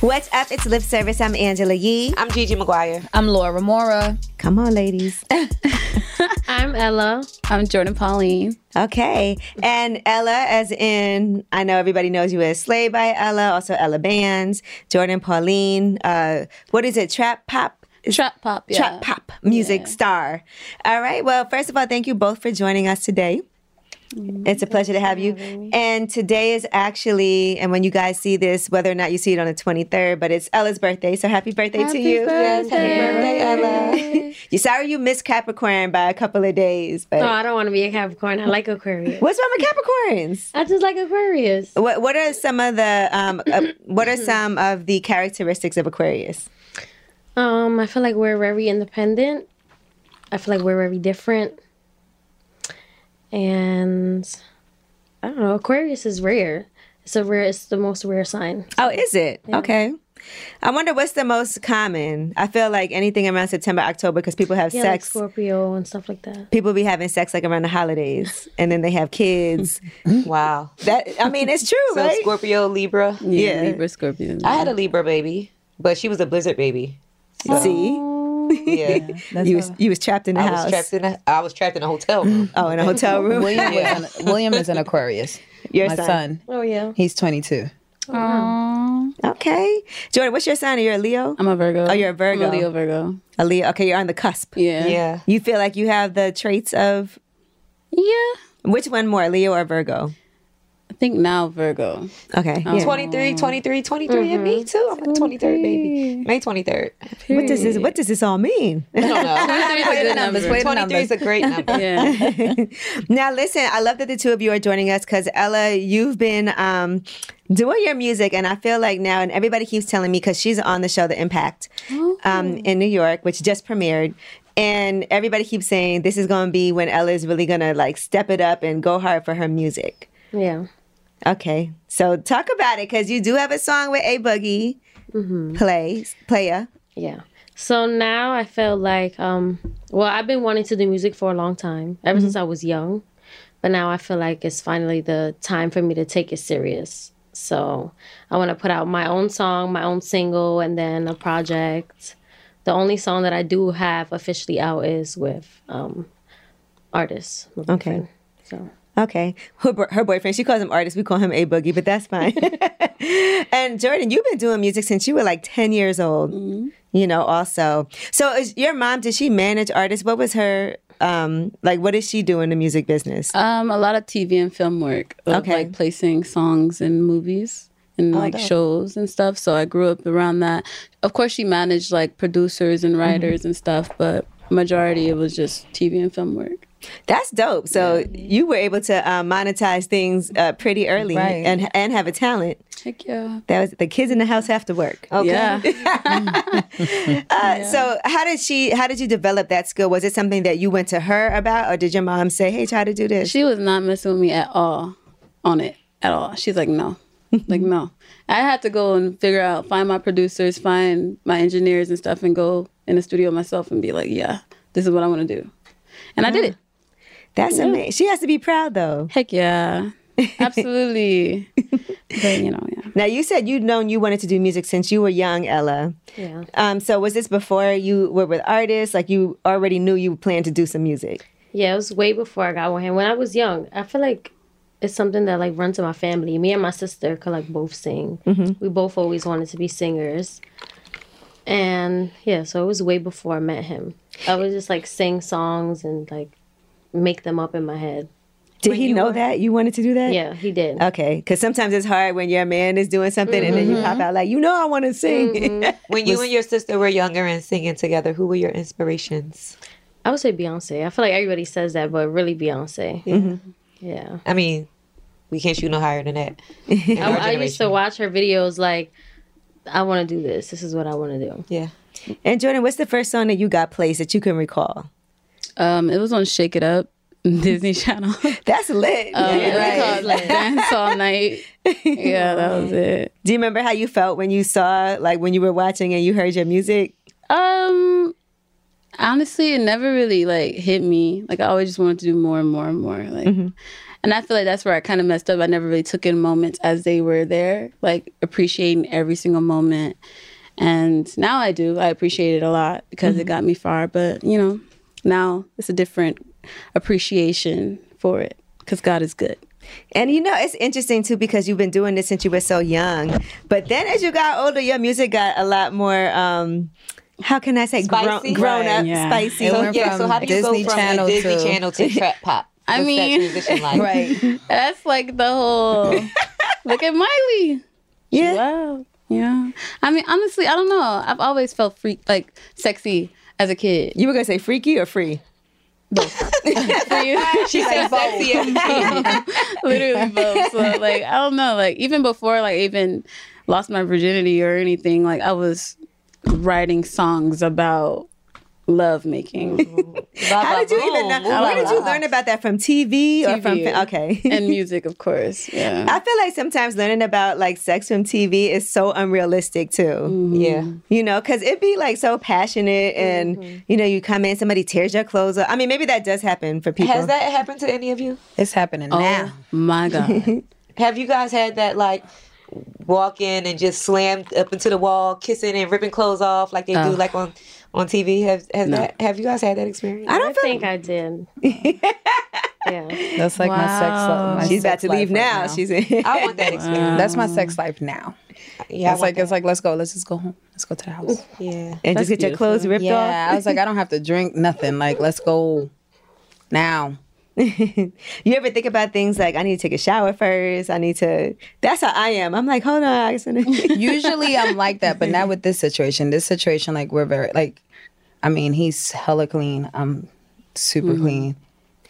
What's up? It's Lip Service. I'm Angela Yee. I'm Gigi McGuire. I'm Laura Mora. Come on, ladies. I'm Ella. I'm Jordan Pauline. Okay. And Ella, as in, I know everybody knows you as Slay by Ella, also Ella Bands, Jordan Pauline. Uh, what is it? Trap Pop? Trap Pop, yeah. Trap Pop music yeah. star. All right. Well, first of all, thank you both for joining us today. It's a pleasure to have you. And today is actually, and when you guys see this, whether or not you see it on the 23rd, but it's Ella's birthday. So happy birthday happy to you. Birthday. Yes, happy birthday, Ella. you sorry you missed Capricorn by a couple of days, but Oh, I don't want to be a Capricorn. I like Aquarius. What's wrong with Capricorns? I just like Aquarius. What what are some of the um uh, what are some of the characteristics of Aquarius? Um, I feel like we're very independent. I feel like we're very different and I don't know. Aquarius is rare. It's a rare. It's the most rare sign. So. oh, is it? Yeah. Okay. I wonder what's the most common. I feel like anything around September, October, because people have yeah, sex. Like Scorpio and stuff like that. People be having sex like around the holidays, and then they have kids. wow. That I mean, it's true, so right? Scorpio, Libra. Yeah, yeah. Libra, Scorpio. I had a Libra baby, but she was a Blizzard baby. So. See. Yeah, you was, you was trapped in the I house. Was trapped in a, I was trapped in a hotel room. Oh, in a hotel room. William, yeah. an, William is an Aquarius. Your my son. son. Oh yeah. Oh, He's 22. Aww. Okay, Jordan, what's your sign? Are you a Leo? I'm a Virgo. Oh, you're a Virgo. I'm a Leo Virgo. A Leo. Okay, you're on the cusp. Yeah. Yeah. You feel like you have the traits of. Yeah. Which one more, Leo or Virgo? I think now Virgo. Um, Okay. Oh. Yeah. 23, 23, 23 mm-hmm. and me too. I'm a 23rd baby. May 23rd. What does this what does this all mean? I don't know. 23 is a good number. 23 is a great number. yeah. now listen, I love that the two of you are joining us cuz Ella, you've been um, doing your music and i feel like now and everybody keeps telling me because she's on the show the impact oh. Mm. um, in new york which just premiered and everybody keeps saying this is going to be when ella is really going to like step it up and go hard for her music yeah Okay, so talk about it because you do have a song with a boogie mm-hmm. plays playa. Yeah. So now I feel like, um, well, I've been wanting to do music for a long time, ever mm-hmm. since I was young, but now I feel like it's finally the time for me to take it serious. So I want to put out my own song, my own single, and then a project. The only song that I do have officially out is with um, artists. Okay. Friend, so. Okay. Her, her, boyfriend, she calls him artist. We call him A Boogie, but that's fine. and Jordan, you've been doing music since you were like 10 years old, mm-hmm. you know, also. So, is your mom, did she manage artists? What was her um, like what does she do in the music business? Um, a lot of TV and film work. Of, Okay. Like placing songs in movies and like shows and stuff. So I grew up around that. Of course, she managed like producers and writers and stuff, but majority it was just TV and film work. That's dope. So you were able to uh, monetize things uh, pretty early Right. and and have a talent. Heck yeah. That was the kids in the house have to work. Okay. Yeah. Uh, So how did she? How did you develop that skill? Was it something that you went to her about, or did your mom say, "Hey, try to do this"? She was not messing with me at all on it at all. She's like, no, like no. I had to go and figure out, find my producers, find my engineers and stuff, and go in the studio myself and be like, yeah, this is what I want to do, and I did it. That's amazing. She has to be proud though. Heck yeah, absolutely. but you know, yeah. Now you said you'd known you wanted to do music since you were young, Ella. Yeah. Um, so was this before you were with artists? Like you already knew you planned to do some music. Yeah, it was way before I got with him. When I was young, I feel like it's something that like runs in my family. Me and my sister could like both sing. We both always wanted to be singers. And yeah, so it was way before I met him. I would just like sing songs and like make them up in my head. Did he know that you wanted to do that? Yeah, he did. Okay, because sometimes it's hard when your man is doing something and then you Mm-hmm. pop out like, you know, I want to sing. Mm-hmm. When you and your sister were younger and singing together, who were your inspirations? I would say Beyonce. I feel like everybody says that, but really Beyonce. Yeah. I mean, we can't shoot no higher than that. In our I used to generation. watch her videos like, I want to do this. This is what I want to do. Yeah. And Jordan, what's the first song that you got placed that you can recall? Um, it was on Shake It Up. Disney Channel. Um, That's lit. It was called, like, Dance all night. Yeah, that was it. Do you remember how you felt when you saw, like, when you were watching and you heard your music? Um, honestly, it never really like hit me. Like I always just wanted to do more and more and more. Like, and I feel like that's where I kind of messed up. I never really took in moments as they were there, like appreciating every single moment. And now I do. I appreciate it a lot because it got me far. But you know, now it's a different appreciation for it because God is good. And you know, it's interesting too because you've been doing this since you were so young. But then as you got older, your music got a lot more. um how can I say Spicy? grown, grown up, Right, yeah. spicy? So, So- yeah, so how do you Disney go from Channel a Disney to- Channel to trap pop? I What's mean- that transition like? Right. That's like the whole. look at Miley. Yeah. Wow. Yeah. I mean, honestly, I don't know. I've always felt freak, like sexy as a kid. you were gonna say freaky or free? she said sexy as a kid. Literally both. So like, I don't know. Like even before, like I even lost my virginity or anything. Like I was writing songs about love making How did you even know? Where did you learn about that from TV, or from? TV. Okay. and music, of course. Yeah. I feel like sometimes learning about like sex from TV is so unrealistic too. Mm-hmm. Yeah. You know, because it'd be like so passionate, and Mm-hmm. you know, you come in, somebody tears your clothes up. I mean, maybe that does happen for people. Has that happened to any of you? It's happening now. Oh my god. Have you guys had that like walk in and just slam up into the wall, kissing and ripping clothes off like they do like on on TV? Have has that have you guys had that experience? I don't think I did. yeah. That's like my sex Wow. life. my She's about sex to leave life right now. She's in. I want that experience. That's my sex life now. Yeah, I want it's like it's like let's go, let's just go home, let's go to the house. that. yeah. and just get your clothes ripped off. Yeah, I was like I don't have to drink nothing. Like let's go now. You ever think about things like I need to take a shower first? I need to. That's how I am. I'm like, hold on, I just wanna- Usually I'm like that, but not with this situation. This situation, like we're very like, I mean he's hella clean. I'm super clean. Like,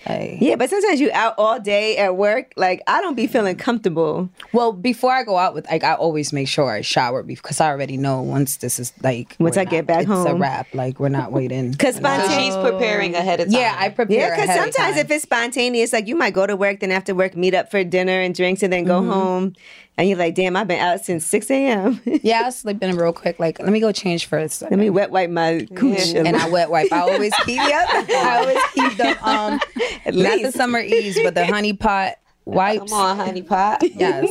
Mm-hmm. yeah, but sometimes you out all day at work. Like I don't be feeling comfortable. Well, before I go out with like, I always make sure I shower because I already know once this is like Once we're I get not- back it's a home. wrap. Like we're not waiting. Cause We're not- So spontaneous. she's preparing ahead of time. yeah, I prepare. Yeah, because ahead of sometimes time. if it's spontaneous, like you might go to work, then after work meet up for dinner and drinks, and then go Mm-hmm. home, and you're like, "Damn, I've been out since six a.m. yeah, I slip in real quick. Like let me go change first. Let me wet wipe my cooch." a and I little. wet wipe. I always keep. I always keep the um, not the least. summer ease, but the honey pot wipes. Come on, honey pot. Yes.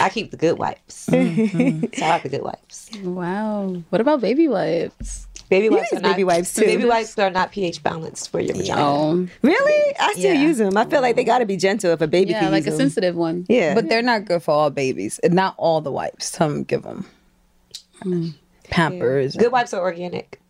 I keep the good wipes. Mm-hmm. So I like the good wipes. wow. What about baby wipes? Baby wipes are use baby not, wipes, too. Baby wipes are not pH balanced for your vagina. Oh. really? I still Yeah. use them. I feel like they got to be gentle if a baby Yeah, can like use a 'em. sensitive one. Yeah, But they're not good for all babies. Not all the wipes. Some give them Pampers. Mm-hmm. Good wipes are organic.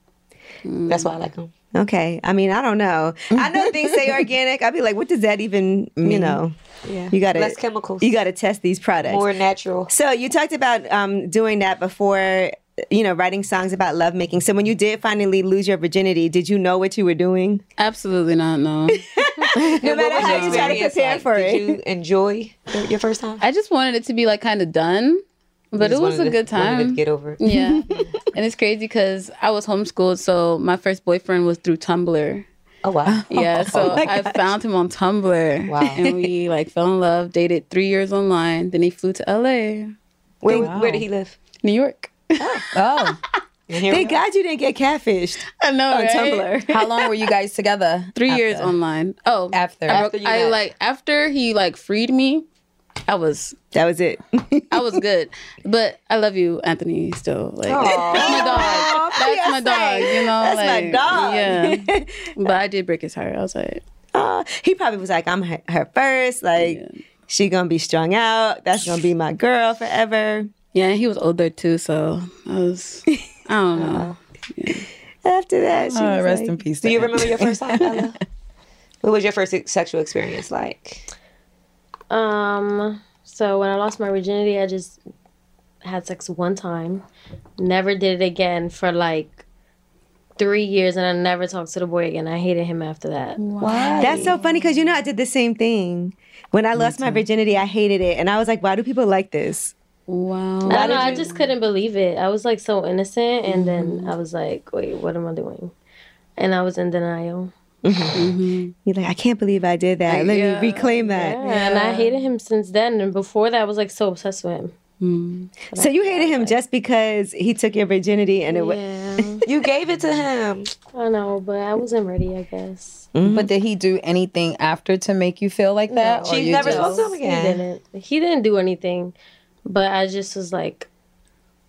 That's why I like them. Okay. I mean, I don't know. I know things say organic. I'd be like, what does that even, you Mean. know? Yeah. You gotta Less chemicals. You gotta test these products. More natural. So you talked about um, doing that before, you know, writing songs about lovemaking. So when you did finally lose your virginity, did you know what you were doing? Absolutely not. No. no matter how you try to prepare for it. Did you enjoy the- your first time? I just wanted it to be like kind of done, but it just was a wanted to- good wanted to time. get over it. Yeah, and it's crazy because I was homeschooled, so my first boyfriend was through Tumblr. Oh wow. Yeah, so my I found him on Tumblr. Wow. and we like fell in love, dated three years online. Then he flew to L.A., Where, where did he live? New York. Oh, And here we Thank God you didn't get catfished I know, on right? Tumblr. how long were you guys together? Three years after? online. Oh, After. I, After you I got- like after he like freed me. I was That was it. I was good, but I love you, Anthony. Still, like that's my dog. That's my dog. You know, That's my like, dog. Yeah, but I did break his heart. I was like, Aw, he probably was like, I'm her, her first. Like, she gonna be strung out. That's gonna be my girl forever. yeah. and He was older too, so I was. I don't know. After that, she Oh, was rest like, in peace. Do you then. remember your first time? Ella? what was your first se- sexual experience like? Um. So when I lost my virginity, I just had sex one time. Never did it again for like three years, and I never talked to the boy again. I hated him after that. That's so funny because you know I did the same thing. When I lost my virginity, I hated it, and I was like, "Why do people like this?" Wow. I don't know. I just couldn't believe it. I was like so innocent, and then I was like, "Wait, what am I doing?" And I was in Mm-hmm. denial. You're Mm-hmm. like, "I can't believe I did that. Let yeah. me reclaim that." And I hated him since then. And before that, I was like so obsessed with him. So you hated him just because he took your virginity, and it was. Yeah, You gave it to him. I know, but I wasn't ready. I guess But did he do anything after to make you feel like that? or She you never just- spoke to him he again. didn't. He didn't do anything, but I just was like,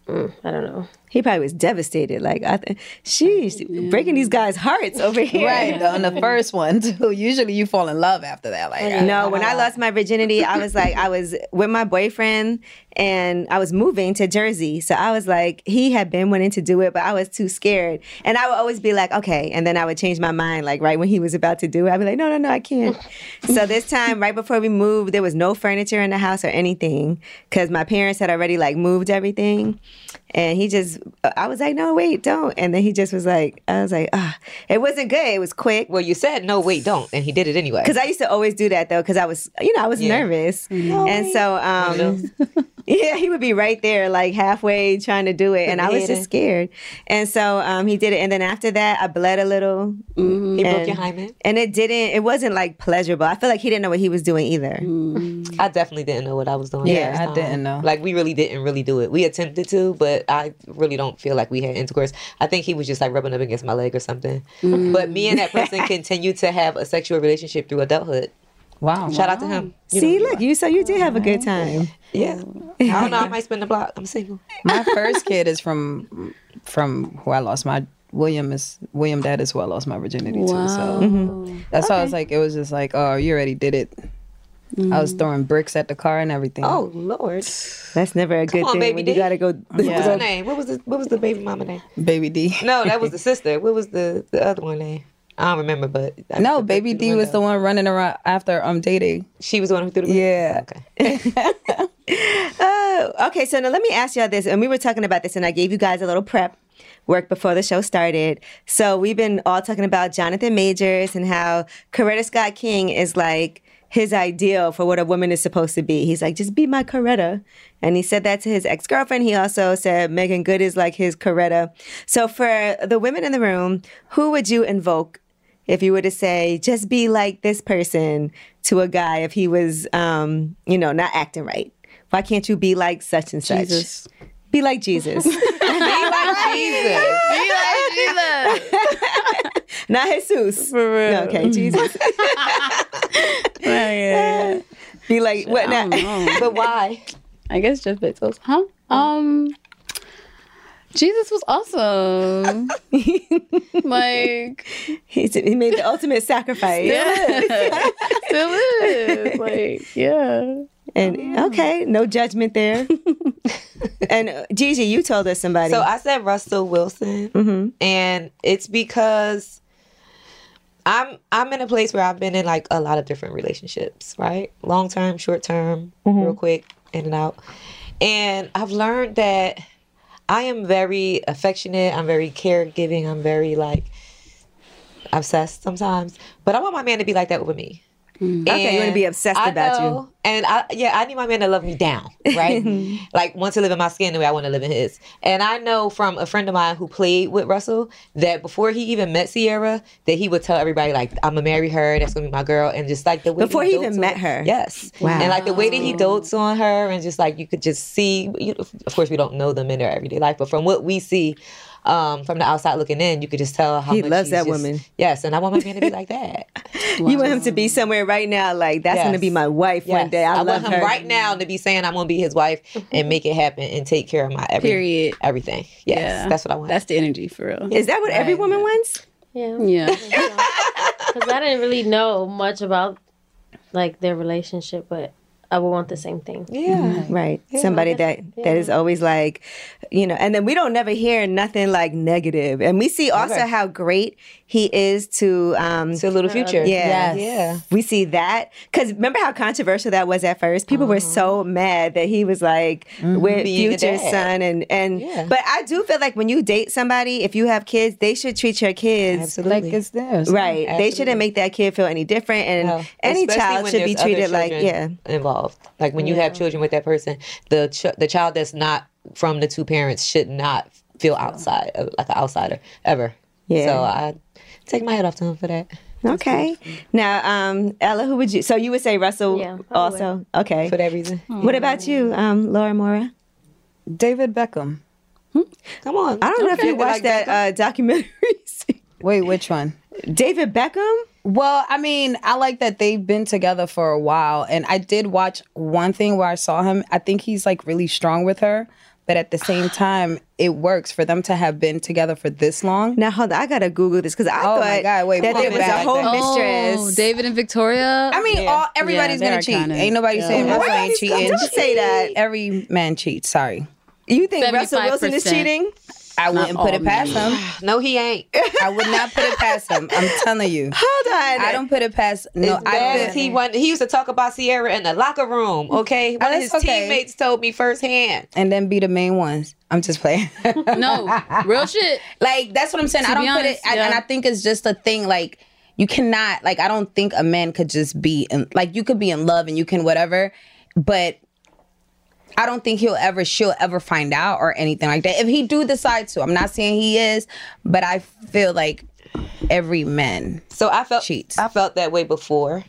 mm, I don't know. He probably was devastated. Like, I th- she's breaking these guys' hearts over here. Right, the- on the first one too. Usually you fall in love after that. Like I- No, when I lost my virginity, I was like, I was with my boyfriend and I was moving to Jersey. So I was like, he had been wanting to do it, but I was too scared. And I would always be like, okay. And then I would change my mind, like right when he was about to do it. I'd be like, no, no, no, I can't. so this time, right before we moved, there was no furniture in the house or anything because my parents had already like moved everything. And he just, I was like, no, wait, don't. And then he just was like, I was like, ah, it wasn't good. It was quick. Well, you said no. Wait, don't, and he did it anyway. Because I used to always do that though, because I was, you know, I was Yeah. nervous, and so, um, yeah, he would be right there, like halfway trying to do it, and I was Hidden. just scared, and so um, he did it, and then after that, I bled a little, he broke and- your hymen. and it didn't, it wasn't like pleasurable. I feel like he didn't know what he was doing either. I definitely didn't know what I was doing. the Yeah, first I time. didn't know. Like we really didn't really do it. We attempted to, but I really don't feel like we had intercourse. I think he was just like rubbing up against my leg or something. But me and that person continued to have a sexual relationship through adulthood. wow. Shout out to him. You See, know, look, you so you did have a good time. yeah. I don't know. I might spin the block. I'm single. my first kid is from from who I lost my William is William dad is who I lost my virginity to. So Mm-hmm. that's how I was like it was just like, Oh, you already did it. I Mm-hmm. was throwing bricks at the car and everything. Oh Lord. That's never a good on, thing baby when D. you gotta go. What was her name? What was the What was the baby mama name? Baby D. No, that was the sister. What was the the other one name? I don't remember, but I No, threw baby through D was the window. one running around after um dating. She was the one who threw the. window? Yeah. Okay. Oh, Okay, so now let me ask y'all this. And we were talking about this, and I gave you guys a little prep work before the show started. So we've been all talking about Jonathan Majors and how Coretta Scott King is like his ideal for what a woman is supposed to be. He's like, just be my Coretta. And he said that to his ex girlfriend. He also said Megan Good is like his Coretta. So for the women in the room, who would you invoke if you were to say, just be like this person to a guy if he was, um, you know, not acting right? Why can't you be like such and such? Jesus. Be like Jesus. Jesus. Not Jesus. For real. No, okay, Jesus. Be like, what I don't now? know. But why? I guess Jeff Bezos, huh? Um, Jesus was awesome. like, He, he made the ultimate sacrifice. still is. Like, yeah. And okay, no judgment there. and uh, Gigi, you told us somebody. Mm-hmm. So I said Russell Wilson, and it's because I'm I'm in a place where I've been in like a lot of different relationships, right? Long term, short term, Mhm. real quick, in and out. And I've learned that I am very affectionate, I'm very caregiving, I'm very like obsessed sometimes. But I want my man to be like that with me. Mm. Okay, you want to And be obsessed I about you. know- And I yeah, I need my man to love me down, right? like want to live in my skin the way I want to live in his. And I know from a friend of mine who played with Russell that before he even met Sierra, that he would tell everybody like I'm gonna marry her, that's gonna be my girl, and just like the way Before he dotes even on- met her? yes, Wow. and like the way that he dotes on her, and just like you could just see. You know, of course, we don't know them in their everyday life, but from what we see. Um, from the outside looking in, you could just tell how He much loves he's that just- woman. Yes, and I want my man to be like that. You want him to be somewhere right now, like that's going to Yes. be my wife one day. I, I, love want him her. right now to be saying I'm gonna be his wife and make it happen and take care of my every, Period. everything. Yes, Yeah. that's what I want. That's the energy for real. Is that what every woman wants? Yeah. Yeah. Because I didn't really know much about like their relationship, but I would want the same thing. Yeah. Right. Somebody that that is always like, you know, and then we don't never hear nothing like negative. And we see also Never. how great he is to um to Little Future. Yeah. Yes. Yeah. We see that cuz remember how controversial that was at first. People Mm-hmm. were so mad that he was like with Being a future dad. son and and but I do feel like when you date somebody, if you have kids, they should treat your kids Like it's theirs. Right. They Absolutely. shouldn't make that kid feel any different and any Especially child when should be there's other treated like yeah. children involved. Like when you have children with that person, the ch- the child that's not from the two parents should not feel outside uh, like an outsider ever. Yeah. So I take my head off to him for that. Okay. Now, um, Ella, who would you? So you would say Russell Yeah, I also. Okay. For that reason. What about you, um, Laura Mora? Hmm? David Beckham. Come on. I don't know if Okay. you watched Like that uh, documentary. Wait, which one? David Beckham. Well, I mean, I like that they've been together for a while. And I did watch one thing where I saw him. I think he's like really strong with her, but at the same time, it works for them to have been together for this long. Now hold on, I gotta Google this because I Oh thought my God, wait, that pull there it was a back. whole Oh, Oh, mistress. David and Victoria. I mean, all everybody's Yeah, gonna they're cheat. iconic. Ain't nobody Yeah. saying Why Russell you- ain't cheating. Don't say that. Every man cheats. Sorry, You think Russell Wilson is 75%. cheating? I wouldn't put all it past him. No, he ain't. I would not put it past him. I'm telling you. Hold on. I don't put it past. No, as I bad as he went, he used to talk about Sierra in the locker room. Okay, one of Mm. Uh, that's his okay. teammates told me firsthand. and then be the main ones. I'm just playing. no, real shit. like that's what I'm saying. To I don't be put it, honest, I, yeah. and I think it's just a thing. Like you cannot, like I don't think a man could just be in, like you could be in love and you can whatever, but I don't think he'll ever, she'll ever find out or anything like that. If he do decide to, I'm not saying he is, but I feel like every man. So I felt Cheats. I felt that way before,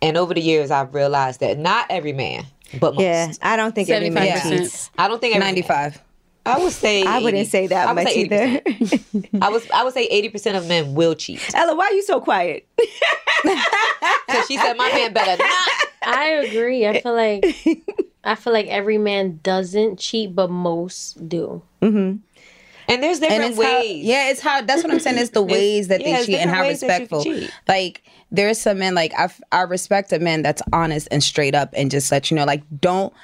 and over the years, I've realized that not every man, but most. Yeah, I don't think every man 75%. cheats. I don't think every man. 95. I would say I wouldn't 80. say that I would much say either. 80%. I was I would say eighty percent of men will cheat. Ella, why are you so quiet? Because she said my man better not. I agree. I feel like I feel like every man doesn't cheat, but most do. Mm-hmm. And there's and different it's how, ways. yeah, it's how that's what I'm saying. It's the ways that yeah, they it's cheat and different how ways that you respectful. cheat. Like there's some men like I, f- I respect a man that's honest and straight up and just let you know like don't.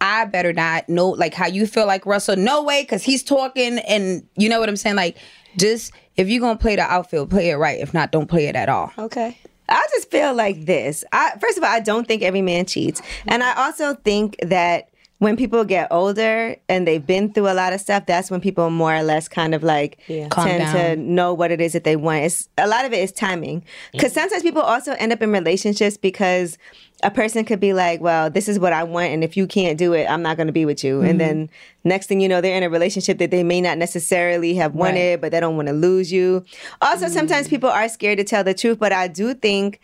I better not know like how you feel like Russell. No way, because he's talking and you know what I'm saying. Like just if you're gonna play the outfield, play it right. If not, don't play it at all. Okay. I just feel like this. I first of all, I don't think every man cheats, and I also think that when people get older and they've been through a lot of stuff, that's when people more or less kind of like Calm tend to down. know what it is that they want. It's a lot of it is timing, because sometimes people also end up in relationships because a person could be like, "Well, this is what I want, and if you can't do it, I'm not going to be with you." And then next thing you know, they're in a relationship that they may not necessarily have wanted, but they don't want to lose you. Also, Mm. sometimes people are scared to tell the truth, but I do think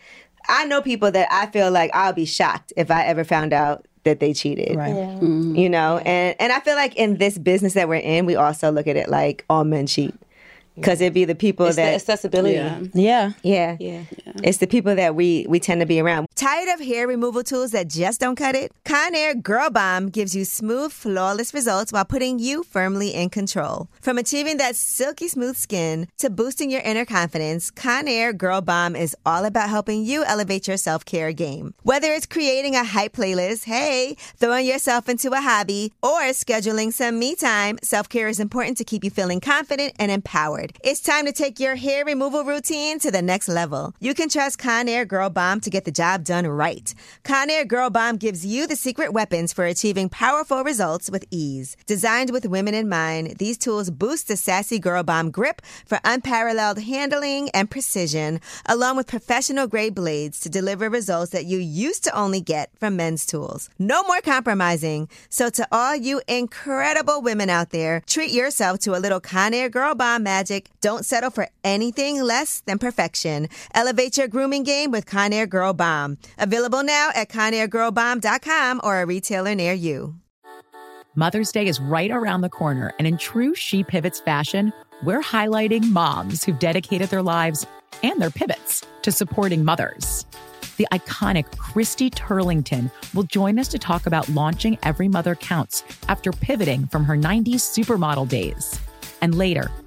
I know people that I feel like I'll be shocked if I ever found out that they cheated. Right. Mm-hmm. Yeah. You know, and and I feel like in this business that we're in, we also look at it like all men cheat. Cuz it'd be the people It's the that accessibility. Yeah. yeah. It's the people that we we tend to be around. Tired of hair removal tools that just don't cut it? Conair Girl Bomb gives you smooth, flawless results while putting you firmly in control. From achieving that silky smooth skin to boosting your inner confidence, Conair Girl Bomb is all about helping you elevate your self-care game. Whether it's creating a hype playlist, hey, throwing yourself into a hobby, or scheduling some me time, self-care is important to keep you feeling confident and empowered. board. It's time to take your hair removal routine to the next level. You can trust Conair Girl Bomb to get the job done right. Conair Girl Bomb gives you the secret weapons for achieving powerful results with ease. Designed with women in mind, these tools boost the sassy Girl Bomb grip for unparalleled handling and precision, along with professional grade blades to deliver results that you used to only get from men's tools. No more compromising. So, to all you incredible women out there, treat yourself to a little Conair Girl Bomb magic. Don't settle for anything less than perfection. Elevate your grooming game with Conair Girl Bomb. Available now at ConairGirlBomb.com or a retailer near you. Mother's Day is right around the corner, and in true She Pivots fashion, we're highlighting moms who've dedicated their lives and their pivots to supporting mothers. The iconic Christy Turlington will join us to talk about launching Every Mother Counts after pivoting from her 90s supermodel days. And later,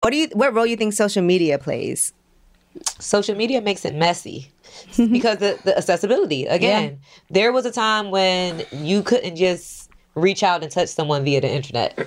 what do you what role you think social media plays social media makes it messy because the, the accessibility again yeah. there was a time when you couldn't just reach out and touch someone via the internet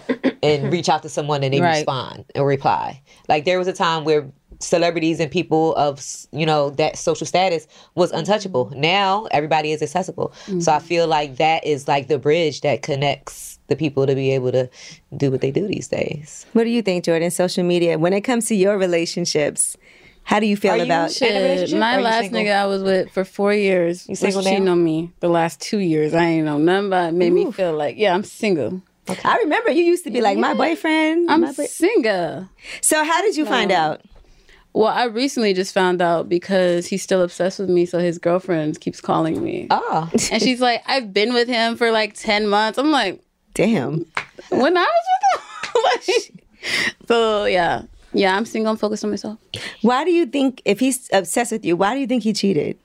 and reach out to someone and they right. respond or reply like there was a time where celebrities and people of you know that social status was Mm-hmm. untouchable now everybody is accessible mm-hmm. so i feel like that is like the bridge that connects the people to be able to do what they do these days. What do you think, Jordan? Social media, when it comes to your relationships, how do you feel you about shit? My last single? nigga I was with for four years you single was cheating on me. The last two years, I ain't know nothing but it made Oof. me feel like, yeah, I'm single. Okay. I remember you used to be like, yeah. my boyfriend. I'm my boy-. single. So how did you no. find out? Well, I recently just found out because he's still obsessed with me, so his girlfriend keeps calling me. Oh. and she's like, I've been with him for like 10 months. I'm like, damn. when I was with him. like, so yeah. Yeah, I'm single, I'm focused on myself. Why do you think if he's obsessed with you, why do you think he cheated?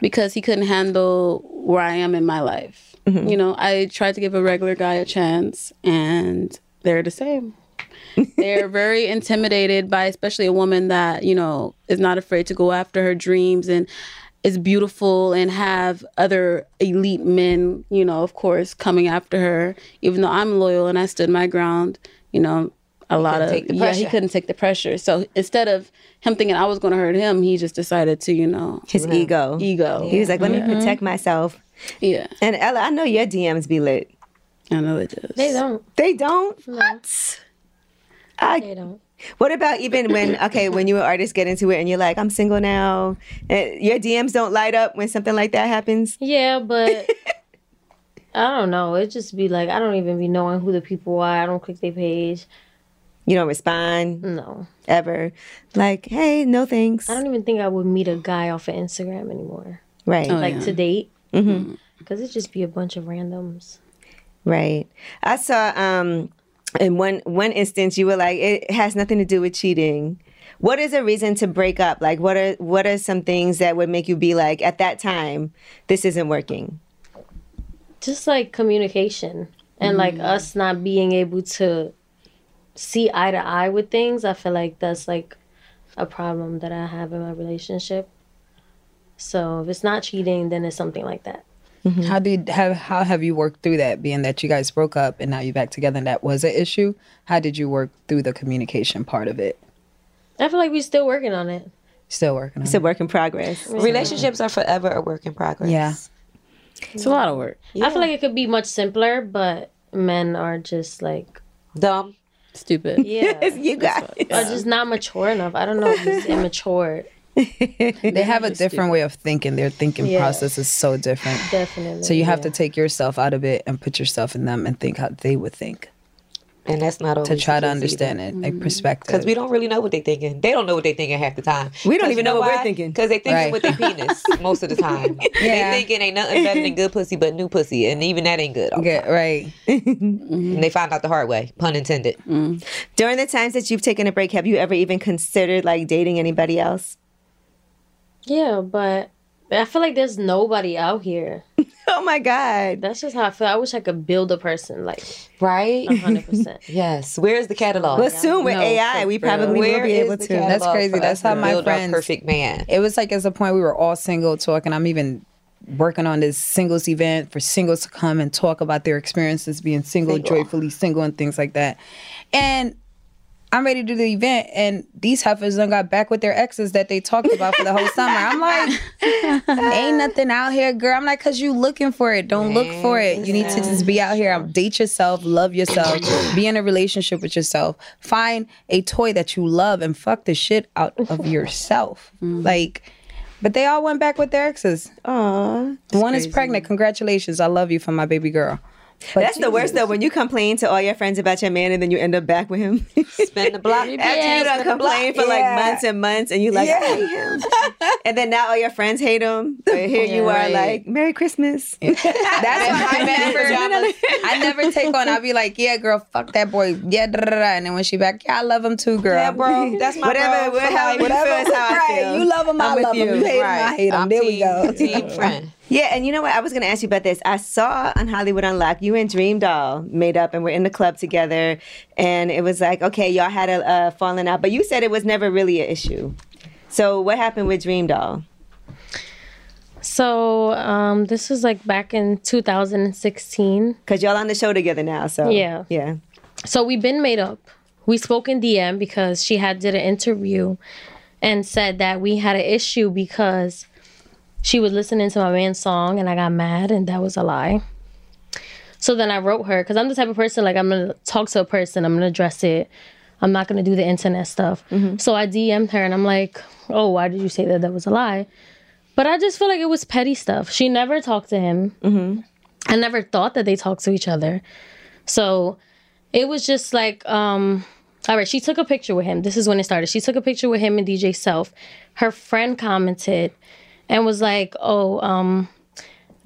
Because he couldn't handle where I am in my life. Mm-hmm. You know, I tried to give a regular guy a chance and they're the same. they're very intimidated by especially a woman that, you know, is not afraid to go after her dreams and is beautiful and have other elite men, you know, of course, coming after her. Even though I'm loyal and I stood my ground, you know, a he lot of yeah, he couldn't take the pressure. So instead of him thinking I was going to hurt him, he just decided to, you know, his you ego, ego. Mm-hmm. Yeah. He was like, let yeah. me protect myself. Yeah. And Ella, I know your DMs be lit. I know it does. They don't. They don't. No. What? I, they don't. What about even when okay when you an artist get into it and you're like I'm single now, eh, your DMs don't light up when something like that happens. Yeah, but I don't know. It just be like I don't even be knowing who the people are. I don't click their page. You don't respond. No. Ever. Like hey, no thanks. I don't even think I would meet a guy off of Instagram anymore. Right. Oh, like yeah. to date. Mhm. Because it just be a bunch of randoms. Right. I saw um in one one instance you were like it has nothing to do with cheating. What is a reason to break up? Like what are what are some things that would make you be like at that time this isn't working? Just like communication and like Mm. us not being able to see eye to eye with things. I feel like that's like a problem that I have in my relationship. So if it's not cheating, then it's something like that. Mm-hmm. How do you have how have you worked through that? Being that you guys broke up and now you're back together, and that was an issue. How did you work through the communication part of it? I feel like we're still working on it. Still working. on It's a work in progress. Relationships are forever a work in progress. Yeah. It's a lot of work. I feel like it could be much simpler, but men are just like dumb, stupid. Yeah, you guys are just not mature enough. I don't know, just immature. they have a different way of thinking. Their thinking Yeah. process is so different. Definitely. So you have to take yourself out of it and put yourself in them and think how they would think. And that's not to always try the to case understand either. it, like perspective. Because we don't really know what they're thinking. They don't know what they're thinking half the time. We don't even know what we're thinking. Because they thinking Right. with their penis most of the time. They thinking ain't nothing better than good pussy but new pussy. And even that ain't good. Okay, right. Mm-hmm. And they find out the hard way, pun intended. During the times that you've taken a break, have you ever even considered like dating anybody else? Yeah, but I feel like there's nobody out here. oh my god, that's just how I feel. I wish I could build a person like right, hundred percent. Yes. Where's the catalog? Well, soon with No, AI, for we probably will Where be is able the to. That's catalog crazy. for That's us how to my build our friends- perfect man. It was like at the point we were all single talking. I'm even working on this singles event for singles to come and talk about their experiences being single, joyfully single, and things like that. And I'm ready to do the event, and these heifers done got back with their exes that they talked about for the whole summer. I'm like, ain't nothing out here, girl. I'm like, cause you looking for it. Don't look for it. You need to just be out here. Date yourself, love yourself, be in a relationship with yourself. Find a toy that you love and fuck the shit out of yourself. Mm. Like, but they all went back with their exes. Aww. One is pregnant. Congratulations. I love you for my baby girl. But That's the worst though when you complain to all your friends about your man and then you end up back with him. Spend the block. After you done complain for like Yeah. months and months, and you like, I hate him. and then now all your friends hate him. But here you are, Right. like, Merry Christmas. That's why I Pajamas. never, I never take on. I'll be like, yeah, girl, fuck that boy. Yeah, da, da, da. and then when she back, yeah, I love him too, girl. Yeah, bro, that's my whatever, bro. whatever, So, like, you whatever- feel is how I Right, feel. you love him, I I'm with love him. You hate him, I Right. him. there we go. Team friend. Yeah, and you know what? I was going to ask you about this. I saw on Hollywood Unlocked, you and Dream Doll made up and were in the club together. And it was like, okay, y'all had a uh, falling out, but you said it was never really an issue. So what happened with Dream Doll? So um, this was like back in 2016. Because y'all on the show together now, so yeah, yeah. So we've been made up. We spoke in DM because she had did an interview and said that we had an issue because she was listening to my man's song and I got mad and that was a lie. So then I wrote her because I'm the type of person like I'm gonna talk to a person, I'm gonna address it. I'm not gonna do the internet stuff. Mm-hmm. So I DM'd her and I'm like, oh, why did you say that? That was a lie. But I just feel like it was petty stuff. She never talked to him. Mm-hmm. I never thought that they talked to each other. So it was just like, um, all right, she took a picture with him. This is when it started. She took a picture with him and DJ Self. Her friend commented and was like, oh, um,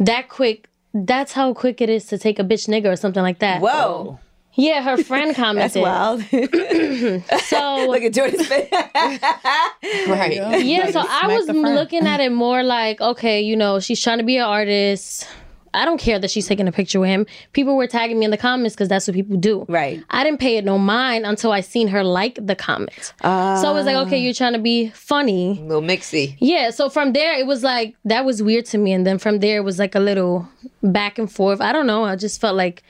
that quick, that's how quick it is to take a bitch nigga or something like that. Whoa. Yeah, her friend commented. wild. so look at Jordan's face. Right. Oh, Yeah, so I was looking at it more like, okay, you know, she's trying to be an artist. I don't care that she's taking a picture with him. People were tagging me in the comments because that's what people do. Right. I didn't pay it no mind until I seen her like the comments. so I was like, okay, you're trying to be funny. Little mixy. Yeah, so from there it was like that was weird to me, and then from there it was like a little back and forth. I don't know. I just felt like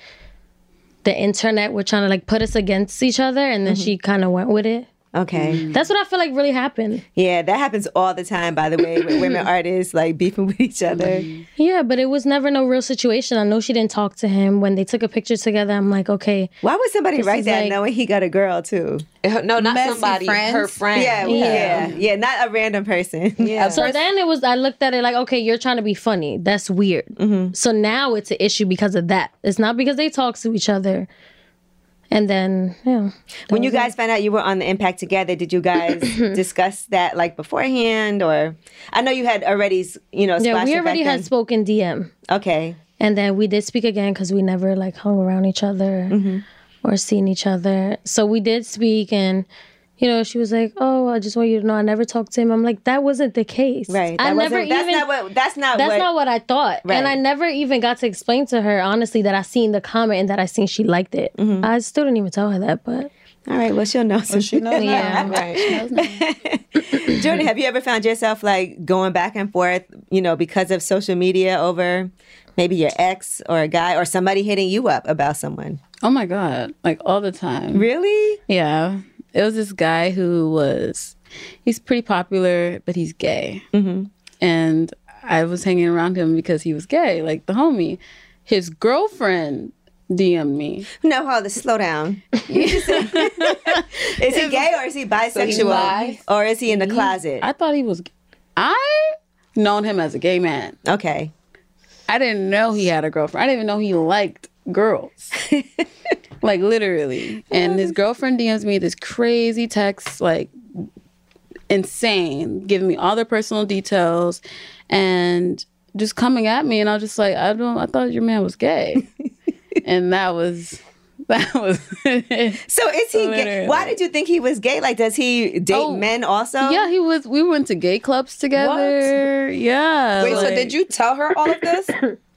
the internet were trying to like put us against each other, and then she kind of went with it. Okay. Mm. That's what I feel like really happened. Yeah, that happens all the time, by the way, with women artists like beefing with each other. Yeah, but it was never no real situation. I know she didn't talk to him when they took a picture together. I'm like, okay. Why would somebody this write is that like- knowing he got a girl too? No, Oh, not Messy somebody, friends? her friend. Yeah, Yeah. yeah, yeah, not a random person. Yeah. So then it was. I looked at it like, okay, you're trying to be funny. That's weird. Mm-hmm. So now it's an issue because of that. It's not because they talk to each other. And then yeah, when you guys found out you were on the impact together, did you guys discuss that like beforehand, or I know you had already, you know, yeah, splashed it we back already then. had spoken DM. Okay. And then we did speak again because we never like hung around each other Mm-hmm. or seen each other. So we did speak, and you know, she was like, "Oh, I just want you to know, I never talked to him." I'm like, "That wasn't the case. Right? I That never wasn't- that's even not what- that's not that's what- not what I thought, Right. and I never even got to explain to her honestly that I seen the comment and that I seen she liked it. I still didn't even tell her that, but Mm-hmm. all right, well she'll know. So she knows now. Yeah. Jordan, have you ever found yourself like going back and forth, you know, because of social media over maybe your ex or a guy or somebody hitting you up about someone? Oh my god, like all the time. Really? Yeah. It was this guy who was he's pretty popular, but he's gay. Mhm. And I was hanging around him because he was gay, like the homie. His girlfriend DM'd me. No, hold on, slow down. Is he gay or is he bisexual? bi? Or is he in the closet? I thought he was I known him as a gay man. Okay. I didn't know he had a girlfriend. I didn't even know he liked girls. like literally. And his girlfriend DMs me this crazy text, like insane, giving me all their personal details and just coming at me and I was just like, I don't I thought your man was gay. and that was that was So is he gay? Why did you think he was gay? Like, does he date Oh, men also? Yeah, he was we went to gay clubs together. Yeah. Wait, so did you tell her all of this?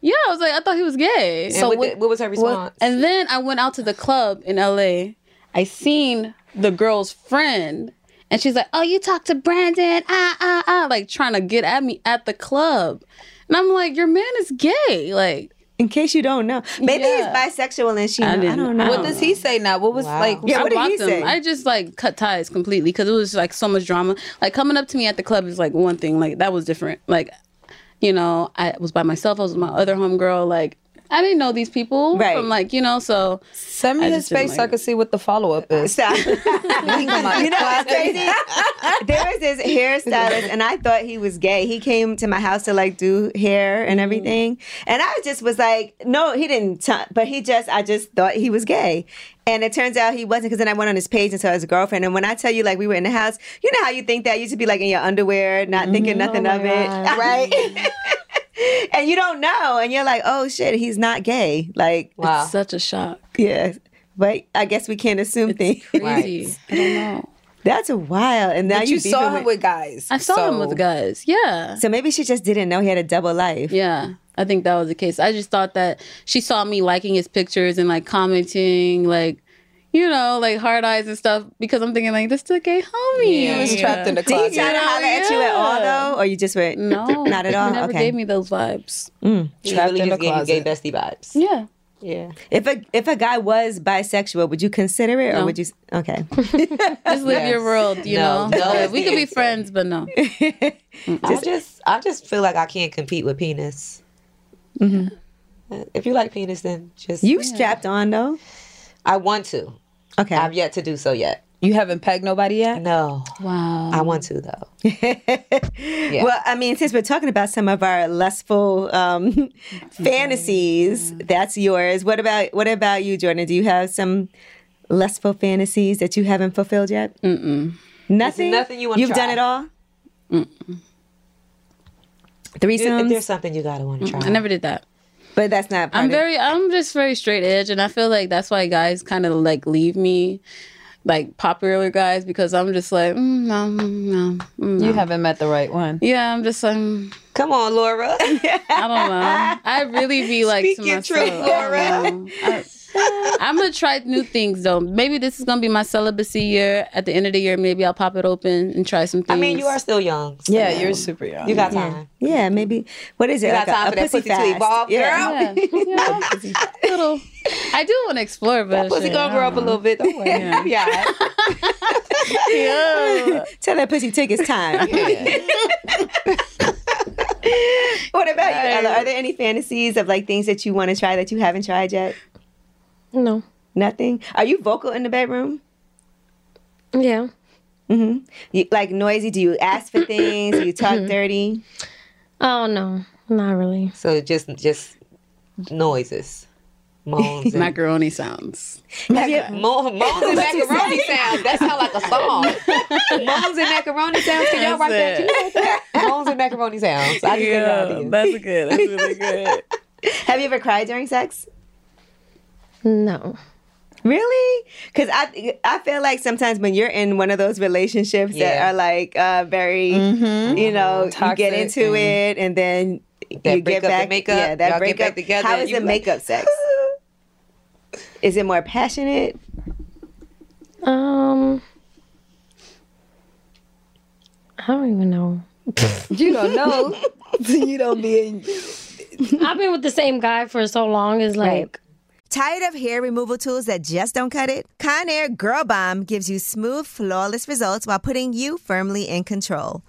Yeah, I was like, I thought he was gay. And what did- what was her response? and then I went out to the club in LA. I seen the girl's friend, and she's like, "Oh, you talked to Brandon? Ah, ah, ah!" Like trying to get at me at the club, and I'm like, "Your man is gay." Like, in case you don't know, Oh, maybe Yeah. he's bisexual and she. I I, didn't- don't know. What does he say now? What was like, Yeah, I what did blocked he him. say? I just like cut ties completely because it was like so much drama. Like coming up to me at the club is like one thing. Like that was different. Like, you know, I was by myself. I was with my other homegirl. Like. I didn't know these people Right. from like you know so send me his face so I can see what the follow up is. Stop. you know what's crazy? there was this hairstylist, and I thought he was gay. He came to my house to like do hair Mm. and everything, and I just was like, no, he didn't. T- but he just, I just thought he was gay. And it turns out he wasn't because then I went on his page and saw his girlfriend. And when I tell you, like, we were in the house, you know how you think that you should be like in your underwear, not Mm-hmm. thinking nothing Oh of it, right? and you don't know, and you're like, oh shit, he's not gay. Like, Wow. It's such a shock. Yeah, but I guess we can't assume things. crazy. I don't know. That's wild. And now But you saw him with guys. I saw him with guys. Yeah. So maybe she just didn't know he had a double life. Yeah. I think that was the case. I just thought that she saw me liking his pictures and like commenting, like, you know, like hard eyes and stuff because I'm thinking like this is a gay homie. Yeah. He was trapped in the Did he closet. try to holler at you at all, though? Or you just went No. not at all? He never Okay. gave me those vibes. Mm. You really just gave, you gave bestie vibes. Yeah. Yeah. If a if a guy was bisexual, would you consider it, or No. would you? s- Okay. Just live Yes. your world, you No, know. no. Yeah, we could be friends, but no. I just I just feel like I can't compete with penis. Mm-hmm. If you like penis, then just you strapped on though. I want to. Okay. I've yet to do so yet. You haven't pegged nobody yet? No. Wow. I want to though. Well, I mean, since we're talking about some of our lustful um, fantasies, that's yours. What about what about you, Jordan? Do you have some lustful fantasies that you haven't fulfilled yet? Mm-mm. Nothing. nothing you wanna You've try? done it all. If Threesomes? there's something you gotta want to try. I never did that. But that's not. I'm very. I'm just very straight edge, and I feel like that's why guys kind of like leave me, like popular guys, because I'm just like, mm, no, mm, no, mm, You no. haven't met the right one. Yeah, I'm just like. mm. Come on, Laura. I don't know. I really be like Speak to your myself. truth, Laura. I don't know. I, I'm gonna try new things though. Maybe this is gonna be my celibacy year. At the end of the year, maybe I'll pop it open and try some I things. mean, you are still young. so- Yeah, you're super young. You got Yeah. time. Yeah, maybe. What is it? You got Like a- time a for that pussy to fast. evolve, Yeah. girl. Yeah. Yeah. little I do want to explore, but That pussy shit, gonna I grow up don't a little bit. Don't worry. Yeah. Yeah. Tell that pussy take its time. what about you, Ella? Are there any fantasies of like things that you want to try that you haven't tried yet? No. Nothing? Are you vocal in the bedroom? Yeah. Mm-hmm. You, like noisy? Do you ask for things? Do you talk dirty? Mm-hmm. Oh no, not really. So just just noises. Moans and macaroni sounds. Mo- moans and macaroni sounds. That sounds like a song. moans and macaroni sounds. Can y'all write that? Can you write that? Moans and macaroni sounds. I just yeah, Yeah, that's good. That's really good. Have you ever cried during sex? No. Really? Because I I feel like sometimes when you're in one of those relationships Yeah. Mm-hmm. that are like uh, very, you know, you Toxic get into and- it and then That break you get up, the back makeup, Yeah, y'all that get breakup back together How and is you the like- makeup sex? Is it more passionate? Um. I don't even know. You don't know. you don't be in. I've been with the same guy for so long. It's like. Tired of hair removal tools that just don't cut it? Conair Girl Bomb gives you smooth, flawless results while putting you firmly in control.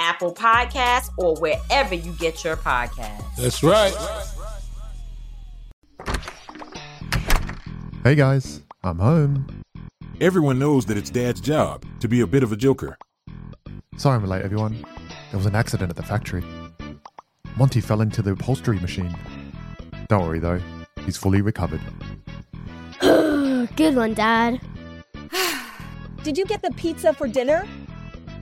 Apple Podcasts, or wherever you get your podcasts. That's right. Hey guys, I'm home. Everyone knows that it's Dad's job to be a bit of a joker. Sorry I'm late, everyone. There was an accident at the factory. Monty fell into the upholstery machine. Don't worry though, he's fully recovered. Good one, Dad. Did you get the pizza for dinner?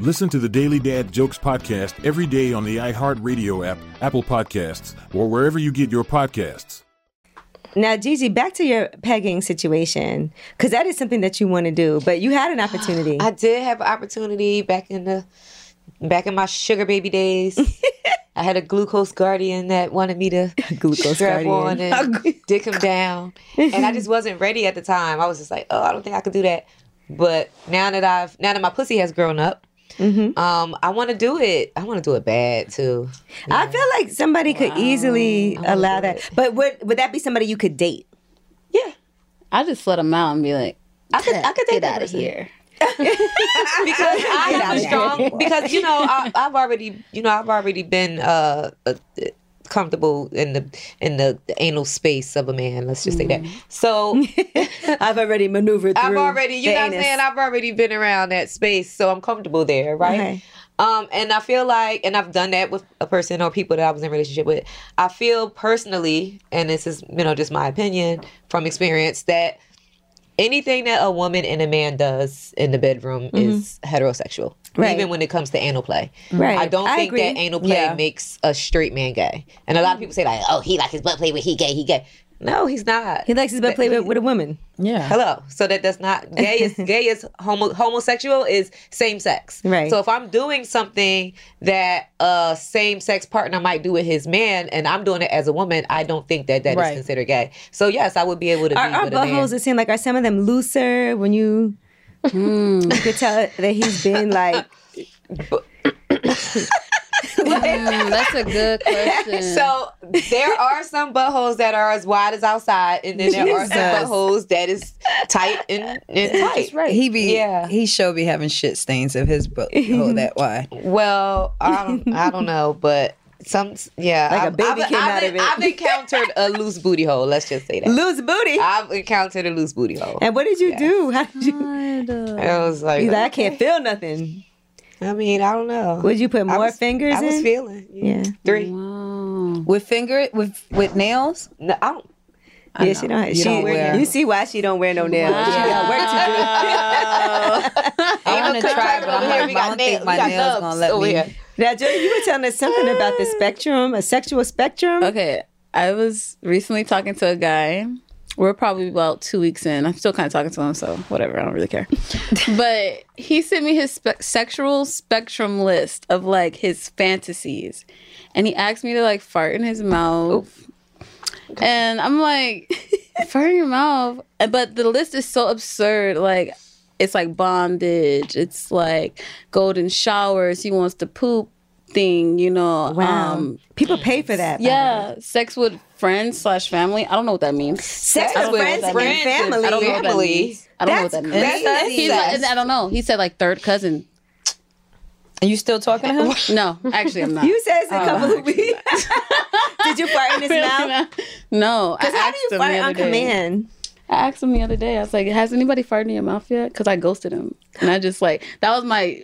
Listen to the Daily Dad Jokes podcast every day on the iHeartRadio app, Apple Podcasts, or wherever you get your podcasts. Now, Gigi, back to your pegging situation, because that is something that you want to do, but you had an opportunity. I did have an opportunity back in the back in my sugar baby days. I had a glucose guardian that wanted me to glucose strap on guardian. and dick him down, and I just wasn't ready at the time. I was just like, oh, I don't think I could do that. But now that I've now that my pussy has grown up, Mm-hmm. um, I want to do it. I want to do it bad too. I feel like somebody could easily allow that. But would would that be somebody you could date? I just let them out and be like, I could, I could get out of here. because I have Get out a of here. strong because you know I, I've already you know I've already been uh, uh comfortable in the in the, the anal space of a man. Let's just say that. So Mm-hmm. I've already maneuvered. I've through already you know the what I'm anus. saying. I've already been around that space, so I'm comfortable there, right? Okay. Um, and I feel like, and I've done that with a person or people that I was in a relationship with. I feel personally, and this is you know just my opinion from experience that anything that a woman and a man does in the bedroom is heterosexual. Mm-hmm. Right. Even when it comes to anal play. Right. I don't I think that agree. anal play Yeah. Mm. makes a straight man gay. And a lot of people say like, oh, he like his butt play with he gay, he gay. No, he's not. He likes his butt play with, with a woman. Yeah. Hello. So that does not gay is gay is homo, homosexual is same sex. Right. So if I'm doing something that a same sex partner might do with his man, and I'm doing it as a woman, I don't think that that is Right. considered gay. So yes, I would be able to Are be our with a man. buttholes, it seems like, are some of them looser when you, you could tell that he's been like. Mm, that's a good question. So there are some buttholes that are as wide as outside, and then there are some Jesus. buttholes that is tight and, and tight. He be yeah. he sure be having shit stains of his butt hole that why. Well, I don't, I don't know, but some yeah, Like a I've- baby I've, came I've, out of it. I've encountered a loose booty hole. Let's just say that loose booty. I've encountered a loose booty hole. And what did you do? How did you? I was like, He's like, I can't feel nothing. I mean, I don't know. Would you put more was- fingers? I was in? feeling. Yeah. Three. With finger with with nails? No, I don't yeah, she don't. You she, don't wear- You see why she don't wear no nails? She got work to do. I want to try, but I'm like, I don't think my nails gonna let me. Now, Jody, you were telling us something about the spectrum, a sexual spectrum. Okay, I was recently talking to a guy. We're probably about two weeks in. I'm still kind of talking to him, so whatever. I don't really care. but he sent me his spe- sexual spectrum list of like his fantasies, and he asked me to like fart in his mouth, Oh. and I'm like, fart in your mouth. But the list is so absurd. Like, it's like bondage. It's like golden showers. He wants to poop thing. You know. um, Wow. People pay for that. by the Yeah, sex with friends slash family. I don't know what that means. Sex I don't with know what friends that and means. family. I don't know what that Family. means. I don't know what that That's means. crazy. He's like, I don't know. He said like third cousin. Are you still talking to him? No, actually, I'm not. You said it's a Oh, couple of weeks. Did you fart in his mouth? No. I 'Cause how do asked you him fart the other on day. command? I asked him the other day. I was like, "Has anybody farted in your mouth yet?" Because I ghosted him, and I just like that was my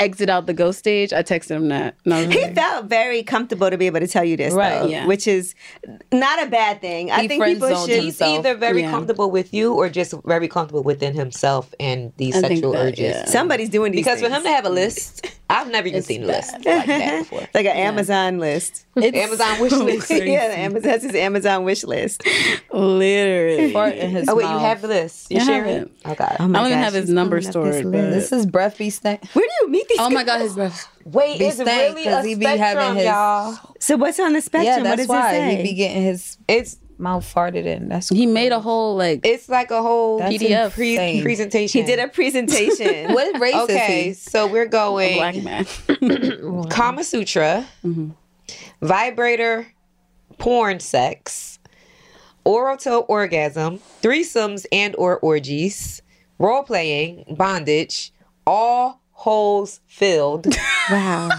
exit out the ghost stage. I texted him that. And I was He felt very comfortable to be able to tell you this, Right, though, yeah. which is not a bad thing. I He think friend people zoned should He's either very comfortable with you or just very comfortable within himself and these I think sexual that, urges. yeah. Somebody's doing these because for him things. to have a list, I've never even seen a list like that before. like an Amazon list. It's Amazon wish so list. crazy. yeah, the Amazon, that's his Amazon wish list. Literally. Fart in his oh wait, you mouth. have the list. You I share have it. Oh god. Oh my I don't even gosh, have his she's number pulling up stored, this but- list. This is breathy snack. Where do you meet these? Oh my god, his breath. Wait, Be stank 'cause he be having his- So what's on the spectrum? Yeah, that's what does why it say? he be getting his it's mouth farted in. That's he made a whole like it's like a whole that's PDF pre- insane. presentation. He did a presentation. What race is okay, he? so we're going black man. Kama Sutra, Mm-hmm. vibrator, porn sex, oral to orgasm, threesomes and or orgies, role playing, bondage, all holes filled. Wow.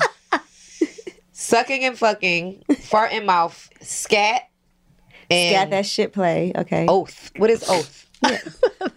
Sucking and fucking, fart and mouth, scat, and Got that shit play. Okay. Oath. What is oath? I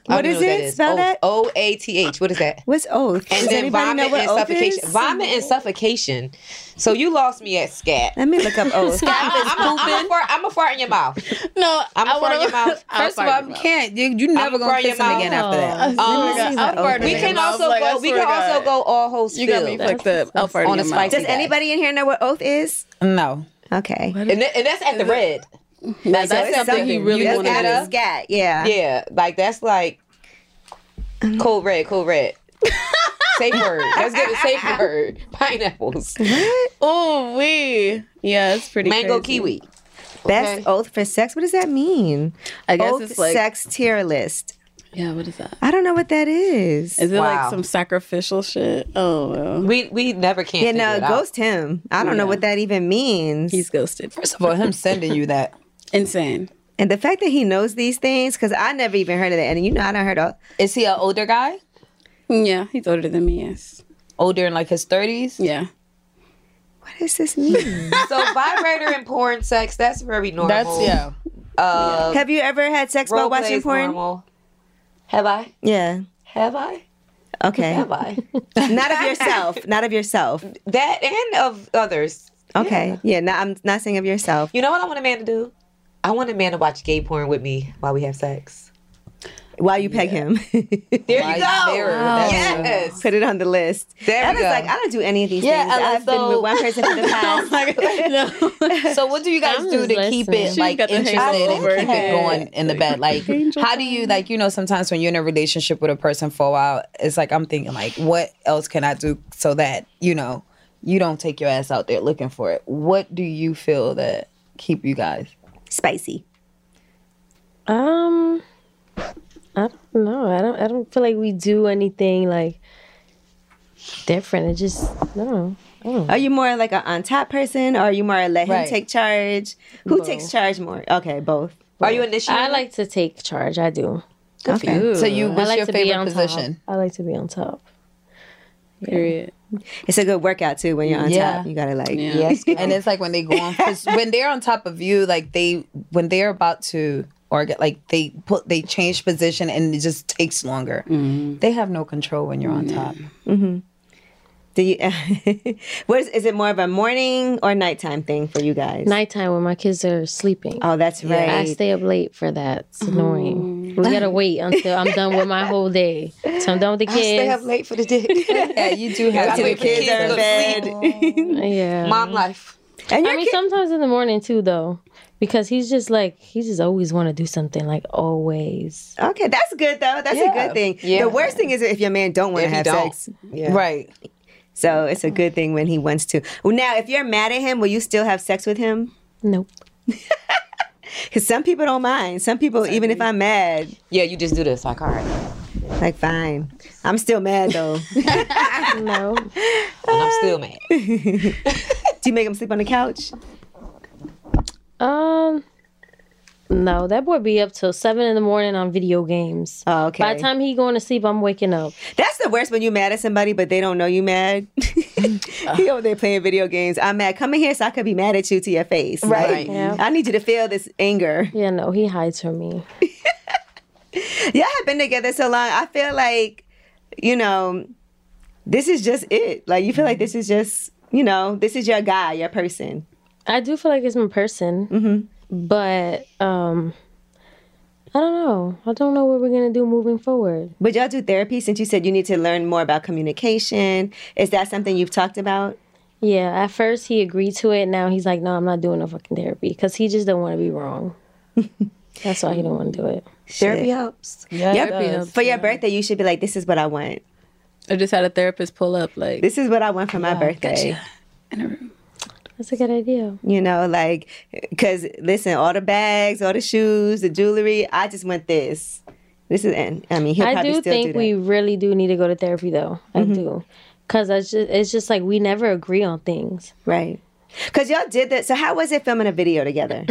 What don't is even know it? Spell Oath. that. O A T H. What is that? What's oath? And Does then anybody vomit know what and oath suffocation. is? Vomit and suffocation. So you lost me at scat. Let me look up oath. Scat is pooping. I'm a fart, I'm a fart in your mouth. No, I'm a fart I in wanna- your mouth. I'll First of fart all, in your you mouth. can't. You- you never I'ma gonna fart in kiss your him again mouth. after that. Um, I swear to God, I'll fart in we your can mouth. also Like, I go. We swear can to also God. go all whole. You got me fucked up. I'll fart in on a your mouth. spicy. Does day. anybody in here know what oath is? No. Okay. And, that- and that's at the red. Like, that's it's something you really that's wanna gotta- do. Scat, yeah. Yeah. Like that's like Um, cold red, cold red. safe word. Let's get a safe word. Pineapples. Oh, we. Yeah, it's pretty Mango crazy. kiwi. Best oath for sex. What does that mean? I guess oath it's like- sex tier list. Yeah, what is that? I don't know what that is. Is it like some sacrificial shit? Oh, well. we we never can. Yeah, no, ghost him. I don't know Yeah. what that even means. He's ghosted. First of all, him sending you that. Insane. And the fact that he knows these things, because I never even heard of that. And you know, I don't heard of. Is he an older guy? Yeah, he's older than me. Yes. Older in like his thirties. Yeah. What does this mean? so vibrator and porn sex, that's very normal. That's- yeah. Uh, Have you ever had sex while role play watching is porn? normal. Have I? Yeah. Have I? Okay. Have I? not of yourself. Not of yourself. That and of others. Okay. Yeah. no, I'm not saying of yourself. You know what I want a man to do? I want a man to watch gay porn with me while we have sex. While you peg him. There you Oh, go. Yes. Put it on the list. There we Ella's go. like, I don't do any of these Yeah, things. Ella, I've been so- with one person for the past. So what do you guys Oh. I'm do to just keep listening. it She like got the interested hang and over keep her it going in the bed? Like how do you like you know sometimes when you're in a relationship with a person for a while, it's like I'm thinking like what else can I do so that you know you don't take your ass out there looking for it? What do you feel that keep you guys spicy? Um, I don't know. I don't. I don't feel like we do anything like different. It just no. Oh, Are you more like an on top person or are you more a let him Right. take charge? Who Both. takes charge more? Okay, both. Are you initiating? I like to take charge. I do. Good for Okay. you. So you- I what's like your to be favorite on top. position? I like to be on top. Yeah. It's a good workout too when you're on Yeah. top. You gotta like Yes, and it's like when they go on cause when they're on top of you, like they when they're about to or get like they put they change position and it just takes longer. They have no control when you're on top. hmm Do you? what is, is it more of a morning or nighttime thing for you guys? Nighttime when my kids are sleeping. Oh, that's right. I stay up late for that. It's annoying. We gotta wait until I'm done with my whole day. So I'm done with the I stay kids. up late for the dick. yeah, you do have to to. wait for the kids Kids are to in go to sleep. yeah. Mom life. I mean, sometimes in the morning too, though, because he's just like he just always want to do something, like always. Okay, that's good though. That's a Yeah. good thing. Yeah. The worst thing is if your man don't want to If he have don't. sex. Yeah. Right. So it's a good thing when he wants to. Well, now if you're mad at him, will you still have sex with him? Nope. Because some people don't mind. Some people, even if I'm mad, Yeah, you just do this. Like, all right. like fine. I'm still mad though. no. And I'm still mad. Do you make him sleep on the couch? Um, no, that boy be up till seven in the morning on video games. Oh, okay. By the time he going to sleep, I'm waking up. That's the worst when you mad at somebody but they don't know you mad. he over there playing video games. I'm mad. Come in here so I could be mad at you to your face. Right. Right. Yeah. I need you to feel this anger. Yeah, no, he hides from me. Y'all have been together so long. I feel like, you know, this is just it. Like you feel like this is just, you know, this is your guy, your person. Mm-hmm. I do feel like it's my person, but um, I don't know. I don't know what we're gonna do moving forward. But y'all do therapy since you said you need to learn more about communication. Is that something you've talked about? Yeah, at first he agreed to it. Now he's like, no, I'm not doing no fucking therapy because he just don't want to be wrong. That's why he don't want to do it. Therapy helps. Yeah, Yep. therapy helps, For your birthday, you should be like, this is what I want. I just had a therapist pull up. Like This is what I want for my birthday. That's a good idea. You know, like, because listen, all the bags, all the shoes, the jewelry, I just want this. This is, and I mean, he'll I probably do still think do that. Mm-hmm. we really do need to go to therapy though. I do, because it's just it's just like we never agree on things. Right. Because y'all did that. So, how was it filming a video together?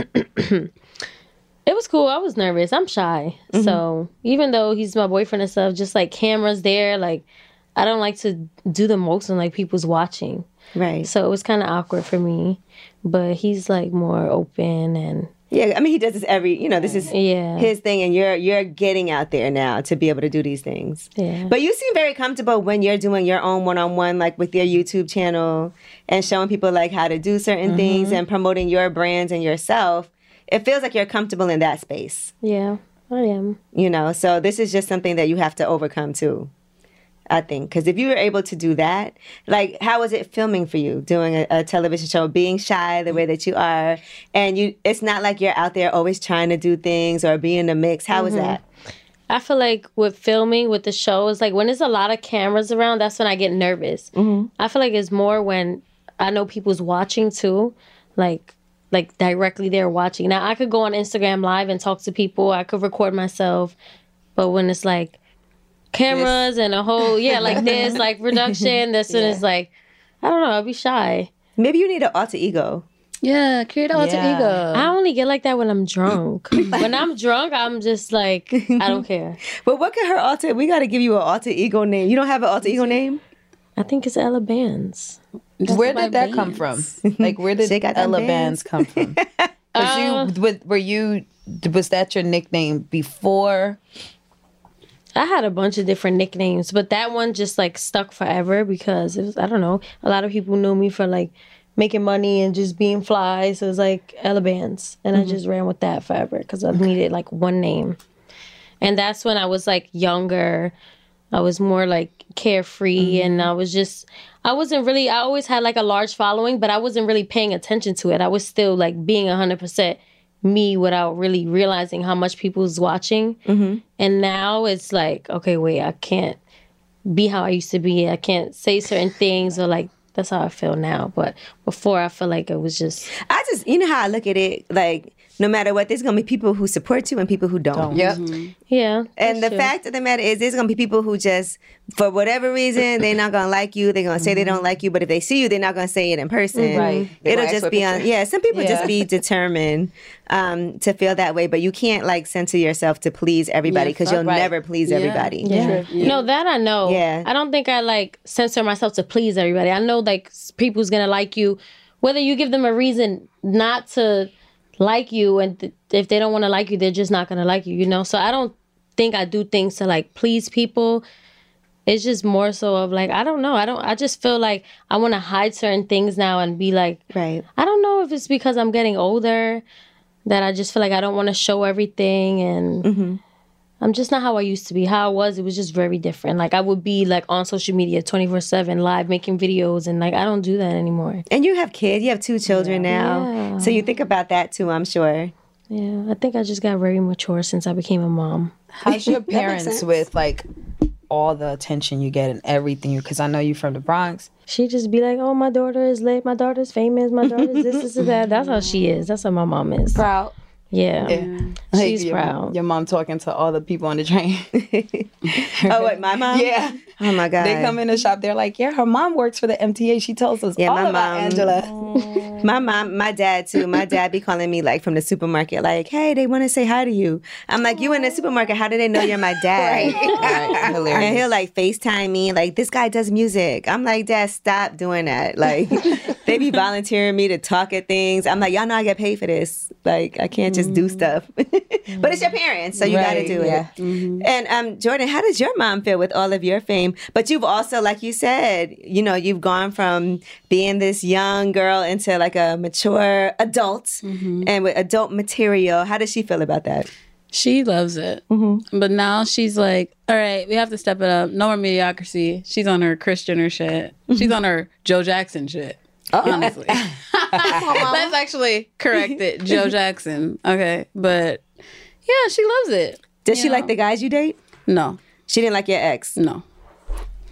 It was cool. I was nervous. I'm shy. So even though he's my boyfriend and stuff, just like cameras there, like I don't like to do the most when like people's watching. Right. So it was kind of awkward for me, but he's like more open and yeah, I mean, he does this every, you know, this is Yeah. his thing, and you're you're getting out there now to be able to do these things. yeah. But you seem very comfortable when you're doing your own one on one, like with your YouTube channel and showing people like how to do certain things Mm-hmm. and promoting your brands and yourself. It feels like you're comfortable in that space, yeah, I am. you know? So this is just something that you have to overcome too. I think. Because if you were able to do that, like, how was it filming for you, doing a, a television show, being shy the way that you are? And you, it's not like you're out there always trying to do things or be in the mix. How was Mhm. that? I feel like with filming, with the show, it's like when there's a lot of cameras around, that's when I get nervous. Mhm. I feel like it's more when I know people's watching too, like like directly they're watching. Now I could go on Instagram live and talk to people. I could record myself, but when it's like cameras and a whole yeah, like this, like production, this one is like I don't know. I'll be shy. Maybe you need an alter ego. Yeah, create an alter Yeah. ego. I only get like that when I'm drunk. when I'm drunk, I'm just like I don't care. But what can her alter? We got to give you an alter ego name. You don't have an alter ego name? I think it's Ella Bands. Where did that come from? Like, where did Ella Bands Uh, come from? 'Cause you, with, were you, was that your nickname before? I had a bunch of different nicknames, but that one just like stuck forever because it was I don't know. A lot of people knew me for like making money and just being fly, so it's like Ella Bands, and Mm-hmm. Mhm. I just ran with that forever because I needed like one name, and that's when I was like younger. I was more like carefree, Mm-hmm. and I was just I wasn't really. I always had like a large following, but I wasn't really paying attention to it. I was still like being hundred percent me without really realizing how much people was watching. Mm-hmm. And now it's like, okay, wait, I can't be how I used to be. I can't say certain things or like that's how I feel now. But before I feel like it was just I just, you know how I look at it? Like, no matter what, there's going to be people who support you and people who don't. Yep. Mm-hmm. Yeah. And the true. fact of the matter is, there's gonna be people who just, for whatever reason, they're not gonna like you. They're gonna say Mm-hmm. they don't like you, but if they see you, they're not gonna say it in person. Right. They It'll gonna ask for just a be on. picture. Yeah. Some people Yeah. just be determined um, to feel that way, but you can't like censor yourself to please everybody because you'll never please everybody. No, that I know. Yeah. I don't think I like censor myself to please everybody. I know like s- people's gonna like you, whether you give them a reason not to like you, and th- if they don't want to like you, they're just not gonna like you. You know. So I don't think I do things to like please people. It's just more so of like I don't know. I don't. I just feel like I want to hide certain things now and be like. Right. I don't know if it's because I'm getting older that I just feel like I don't want to show everything and Mm-hmm. I'm just not how I used to be. How I was, it was just very different. Like I would be like on social media 24/7 live making videos and like I don't do that anymore. And you have kids. You have two children now, Yeah. so you think about that too. I'm sure. Yeah, I think I just got very mature since I became a mom. How's your parents with like all the attention you get and everything? Because I know you're from the Bronx. She just be like, "Oh, my daughter is lit. My daughter's famous. My daughter's this, this, and that." That's how she is. That's how my mom is. Proud. Yeah. Like, She's your- proud. Your mom talking to all the people on the train. oh, wait, my mom? Yeah. Oh my god. They come in the shop. They're like, yeah, her mom works for the MTA. She tells us all about Angela. My mom, my dad too. My dad be calling me like from the supermarket, like, "Hey, they want to say hi to you." I'm like, "You in the supermarket? How do they know you're my dad?" And he'll like Facetime me, like, "This guy does music." I'm like, "Dad, stop doing that." Like, they be volunteering me to talk at things. I'm like, "Y'all know I get paid for this. Like, I can't just do stuff." but it's your parents, so you Mm. gotta Right, do yeah. Mm-hmm. it. And um, Jordan, how does your mom feel with all of your fame? But you've also, like you said, you know, you've gone from being this young girl into like a mature adult Mm-hmm. and with adult material. How does she feel about that? She loves it. Mm-hmm. But now she's like, all right, we have to step it up. No more mediocrity. She's on her Christianer shit. Mm-hmm. She's on her Joe Jackson shit. Uh-uh. Honestly. Let's actually correct it. Joe Jackson. Okay. But yeah, she loves it. Does she like the guys you date? No. She didn't like your ex? No.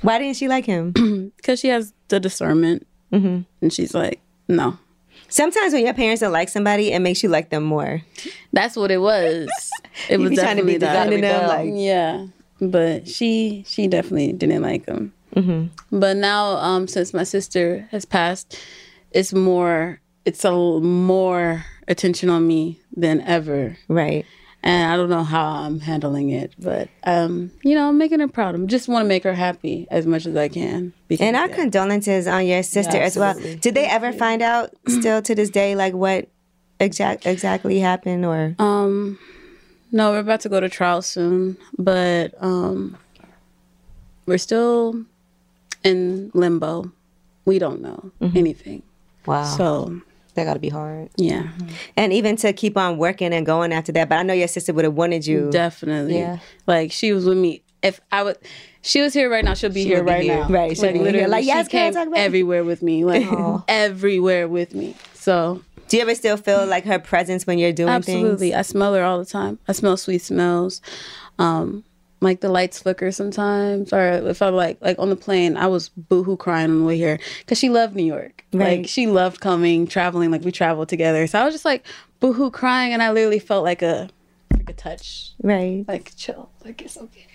Why didn't she like him? Mm-hmm. Because she has the discernment. And she's like, no. Sometimes when your parents don't like somebody, it makes you like them more. That's what it was. It You was be trying to be defending definitely that. them, like- yeah, but she she definitely didn't like him. Mm-hmm. But now, um, since my sister has passed, it's more it's a l- more attention on me than ever. Right. And I don't know how I'm handling it, but um, you know, I'm making her proud. I just want to make her happy as much as I can. Because, And our condolences on your sister as well. absolutely. Did they ever find out still to this day, like what exact exactly happened or? Um, no, we're about to go to trial soon, but um, we're still in limbo. We don't know anything. Wow. So Mm-hmm. that got to be hard. Yeah. And even to keep on working and going after that. But I know your sister would have wanted you. Definitely. Like she was with me if I would, she was here right now. She'll be She here would be right here. now. Right, she'll Like be here. literally, Like, she yes, girl, came talk about it. everywhere with me. Like Aw. everywhere with me. So Oh. do you ever still feel like her presence when you're doing absolutely. things? I smell her all the time. I smell sweet smells. Um, like the lights flicker sometimes, or if I'm like like on the plane, I was boohoo crying on the way here because she loved New York. Like Right. she loved coming, traveling. Like we traveled together, so I was just like boohoo crying, and I literally felt like a like a touch, Right. like chill, like it's okay.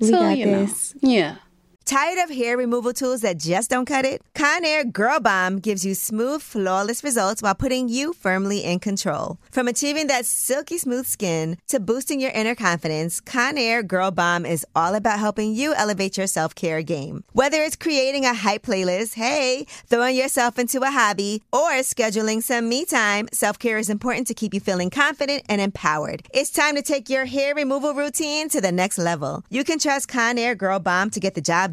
We so got you know, this. yeah. Tired of hair removal tools that just don't cut it? Conair Girl Bomb gives you smooth, flawless results while putting you firmly in control. From achieving that silky smooth skin to boosting your inner confidence, Conair Girl Bomb is all about helping you elevate your self-care game. Whether it's creating a hype playlist, hey, throwing yourself into a hobby, or scheduling some me time, self-care is important to keep you feeling confident and empowered. It's time to take your hair removal routine to the next level. You can trust Conair Girl Bomb to get the job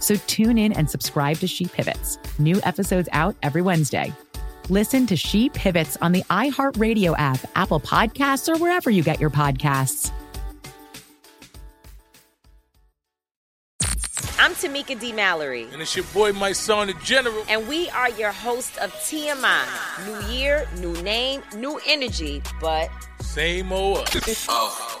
So tune in and subscribe to She Pivots, new episodes out every Wednesday. Listen to She Pivots on the iHeartRadio app, Apple Podcasts, or wherever you get your podcasts. I'm Tamika D. Mallory. And it's your boy, my son, the General. And we are your hosts of TMI. New year, new name, new energy, but Same old. Oh,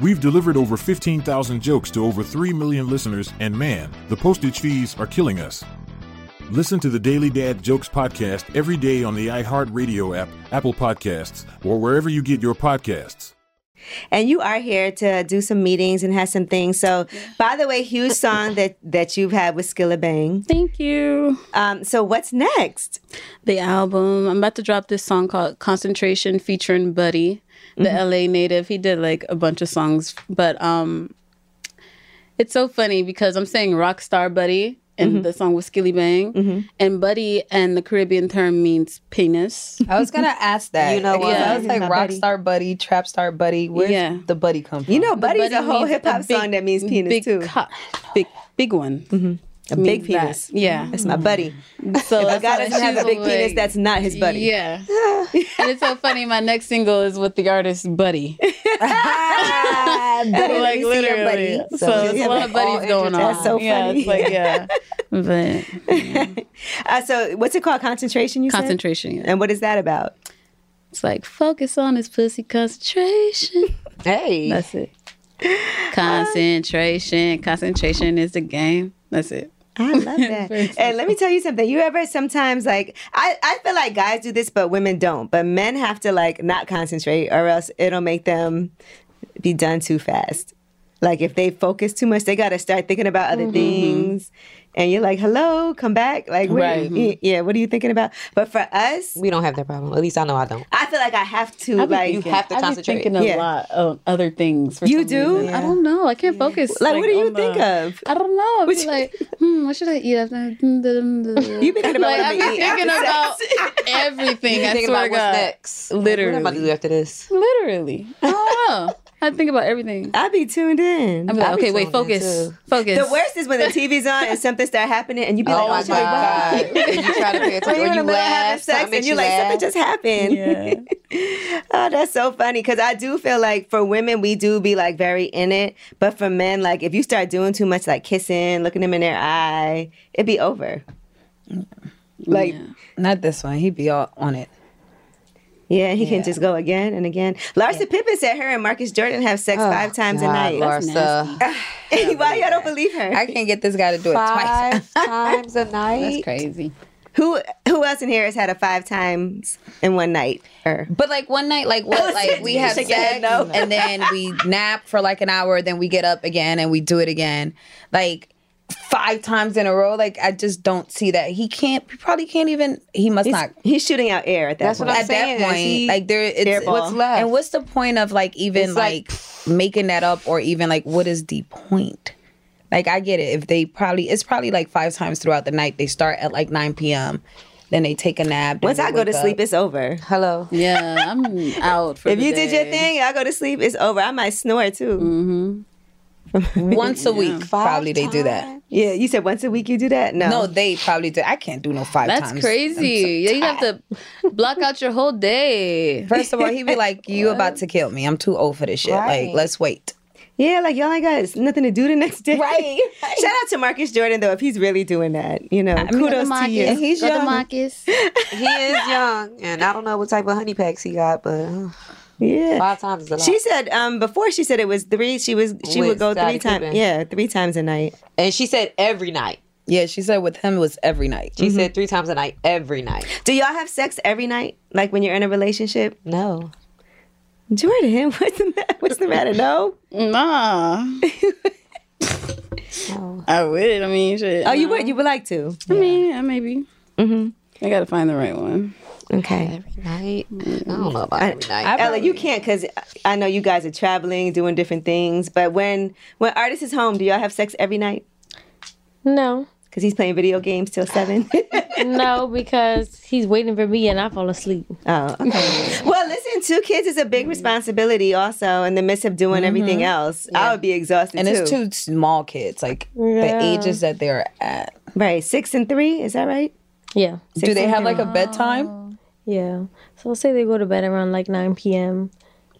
We've delivered over 15,000 jokes to over 3 million listeners, and man, the postage fees are killing us. Listen to the Daily Dad Jokes podcast every day on the iHeartRadio app, Apple Podcasts, or wherever you get your podcasts. And you are here to do some meetings and have some things. So, by the way, huge song that that you've had with Skilla Bang. Thank you. Um, so what's next? The album. I'm about to drop this song called Concentration featuring Buddy, the Mm-hmm. LA native. He did like a bunch of songs, but um it's so funny because I'm saying rock star Buddy and Mm-hmm. the song was Skilly Bang. And Buddy and the Caribbean term means penis. I was gonna ask that. You know because what? I was like Yeah. rock star buddy, trap star buddy. Where's Yeah. the buddy come from? You know, Buddy's a whole means hip hop big- song that means penis big too. Mm-hmm. co- big, big one. A means big that. penis. Yeah. Mm-hmm. That's my buddy. So if a that's guy how doesn't have a she's big penis, like- that's not his buddy. Yeah. and it's so funny. My next single is with the artist Buddy. Buddy, let like me see your literally. buddy. So, So it's you a lot have of all buddies going on. intertwined. That's so Yeah, funny. it's like yeah. But Uh, so what's it called? Concentration. You Concentration. And what is that about? It's like focus on his pussy concentration. Hey. That's it. Concentration. Concentration is the game. That's it. I love that. and let me tell you something. You ever sometimes like I, I feel like guys do this, but women don't. But men have to like not concentrate, or else it'll make them be done too fast. Like if they focus too much, they got to start thinking about other Mhm. things. And you're like, "Hello, come back." Like, what are you- Right. yeah. What are you thinking about? But for us, we don't have that problem. At least I know I don't. I feel like I have to. I be like, thinking- I be thinking a lot of other things. For You some do? reason. I don't know. I can't focus. Like, what do you on think the- of? I don't know. I'd be like, hmm, what should I eat after? You've been thinking about like, what I've I'm been gonna eat thinking after about everything. You I thinking about swear to what's God. next? Literally. What am I about to do after this? Literally. I don't know. I think about everything. I be tuned in. I be like, I be okay, wait, tuned in, focus, too. focus. The worst is when the TV's on and something start happening, and you be Oh like, my "Oh my god!" God. And you try to pay attention, or in you the middle of having laugh, something sex, and makes you're you like, laugh. "Something just happened." oh, that's so funny because I do feel like for women we do be like very in it, but for men, like if you start doing too much, like kissing, looking them in their eye, it'd be over. Like, not this one. He'd be all on it. Yeah, he can just go again and again. Larsa Pippen said her and Marcus Jordan have sex five times a Oh, God, night. That's Larsa. Why y'all don't believe her? I can't get this guy to do it twice. Five times a night. That's crazy. Who who else in here has had a five times in one night? Er, Or But like one night, like what? Like we have She said sex no. and then we nap for like an hour, then we get up again and we do it again, like five times in a row. Like I just don't see that. He can't. He probably can't even. He must he's, not. he's shooting out air at that. That's point. what I'm at that point, like there, it's Airball. what's left. And what's the point of like even It's like- like, making that up, or even like what is the point? Like I get it. If they probably, it's probably like five times throughout the night. They start at like 9 p.m. Then they take a nap. then Once they I go to wake sleep, up. it's over. Hello. Yeah, I'm out. For if the you did your day. thing, I go to sleep. It's over. I might snore too. once a week. Probably they do that. Yeah, you said once a week you do that. No, no, they probably do. I can't do no five That's times. crazy. yeah, you have to block out your whole day. First of all, he be like, "You about to kill me? I'm too old for this shit. Right. Like, let's wait." Yeah, like y'all ain't got nothing to do the next day. Right. Shout out to Marcus Jordan though, if he's really doing that. You know, kudos to you. And he's young. Marcus. he is young, and I don't know what type of honey packs he got, but uh, Yeah. five times is a lot. She said um before she said it was three. She was she With would go Scottie three times. Pippen. Yeah, three times a night. and she said every night. Yeah, she said with him it was every night. She said three times a night, every night. Do y'all have sex every night? Like when you're in a relationship? No. Jordan, what's the matter? What's the matter? No. Nah. I would. I mean, shit. Oh, you no. would. You would like to. I mean, yeah, maybe. Mm-hmm. I gotta find the right one. Okay. Every night. I don't know about I- every night. Ella, you can't because I know you guys are traveling, doing different things. But when when artist is home, do y'all have sex every night? No. Because he's playing video games till seven. no, because he's waiting for me and I fall asleep. Oh, okay. well, listen, two kids is a big responsibility, also, in the midst of doing everything else. I would be exhausted And too. it's two small kids, like Yeah. the ages that they are at. Right, six and three. Is that right? Yeah. Do they have like a bedtime? Yeah. So I'll say they go to bed around like 9 p.m.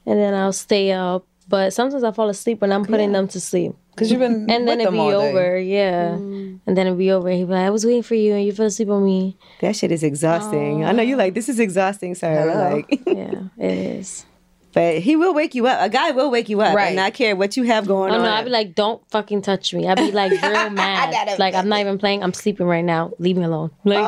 and then I'll stay up. But sometimes I fall asleep when I'm putting them to sleep. 'Cause you've Mm-hmm. been And with then it'd them be all day. over. Yeah. Mm. And then it'd be over. He'd be like, I was waiting for you and you fell asleep on me. That shit is exhausting. I know you like this is exhausting, sir. Like, yeah, it is. But he will wake you up. A guy will wake you up, Right. and I care what you have Oh going on. no, I'd be like, don't fucking touch me. I'd be like real mad. like I'm not even playing. I'm sleeping right now. Leave me alone. Like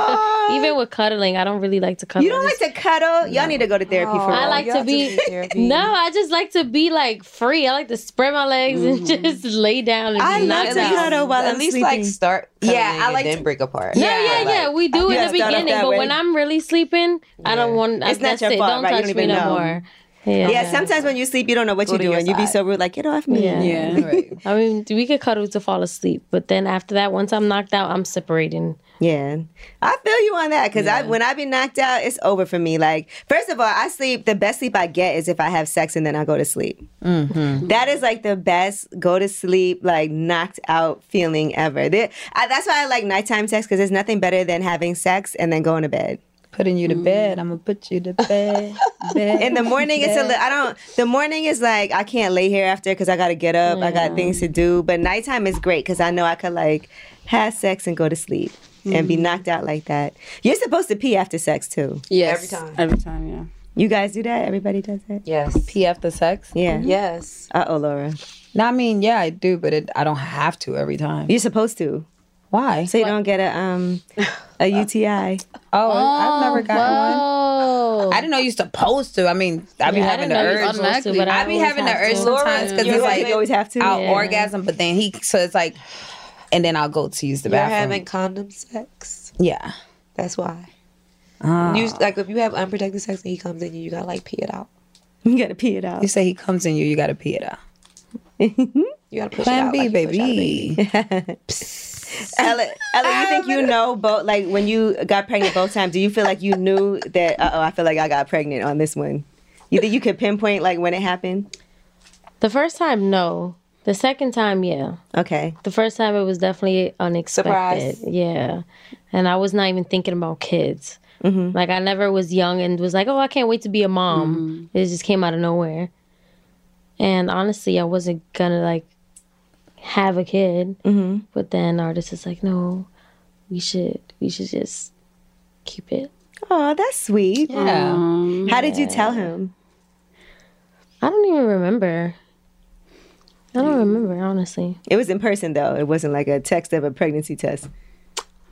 even with cuddling, I don't really like to cuddle. you don't like to cuddle. Y'all need to go to therapy for real. Oh, I like to be no. I just like to be like free. I like to spread my legs and just lay down and Mm-hmm. I be love knocked to out. cuddle while At I'm least sleeping. like start. Yeah, Yeah, I I like and then to- break apart. Yeah, yeah, like- yeah. We do You in gotta the start off beginning, that but way. when I'm really sleeping, I don't want. It's It's not that's your it. fault, don't right? You touch don't me even no know. more. Yeah. sometimes when you sleep, you don't know what Go you're to your doing. You'd be side. so rude, like, get off me. Yeah. I mean, we could cuddle to fall asleep, but then after that, once I'm knocked out, I'm separating. Yeah. I feel you on that because I, when I be knocked out, it's over for me. Like, first of all, I sleep, the best sleep I get is if I have sex and then I go to sleep. Mm-hmm. That is like the best go to sleep, like knocked out feeling ever. There- I, that's why I like nighttime sex because there's nothing better than having sex and then going to bed. Putting you to bed. I'm gonna put you to bed. bed In the morning, it's a bed. li- I don't. The morning is like I can't lay here after because I gotta get up. I got things to do. But nighttime is great because I know I could like have sex and go to sleep and be Mhm. knocked out like that. You're supposed to pee after sex too. Yes. Every time. Every time, yeah. You guys do that? Everybody does that? Yes. Pee after sex. Yeah. Yes. Uh oh, Laura. No, I mean, yeah, I do, but it, I don't have to every time. You're supposed to. Why? So you don't get a um a UTI. Oh, I've never gotten one. I didn't know you're supposed to. I mean, I be Oh, Yeah, I having the didn't know you urge. was supposed to, but I I be always having the have urge to. sometimes because Your it's husband like always have to? I'll Yeah. orgasm, but then he so it's like, and then I'll go to use the You're bathroom. having condom sex. yeah. That's why. Ah. You, like if you have unprotected sex and he comes in you, you gotta like pee it out. You gotta pee it out. You say he comes in you, you gotta pee it out. You gotta push Plan it out. B, like you push out a baby. Ella, Ella, you think you know both? Like when you got pregnant both times, do you feel like you knew that? Uh oh, I feel like I got pregnant on this one. You think you could pinpoint like when it happened? The first time, no. The second time, yeah. Okay. The first time, it was definitely unexpected. Surprise. Yeah. And I was not even thinking about kids. Mm-hmm. Like, I never was young and was like, oh, I can't wait to be a mom. Mm-hmm. It just came out of nowhere. And honestly, I wasn't gonna like have a kid. Mm-hmm. But then artist is like, no, we should, we should just keep it. Oh, that's sweet. Yeah. Um, How did you yeah. tell him? I don't even remember. I don't remember, honestly. It was in person though. It wasn't like a text of a pregnancy test.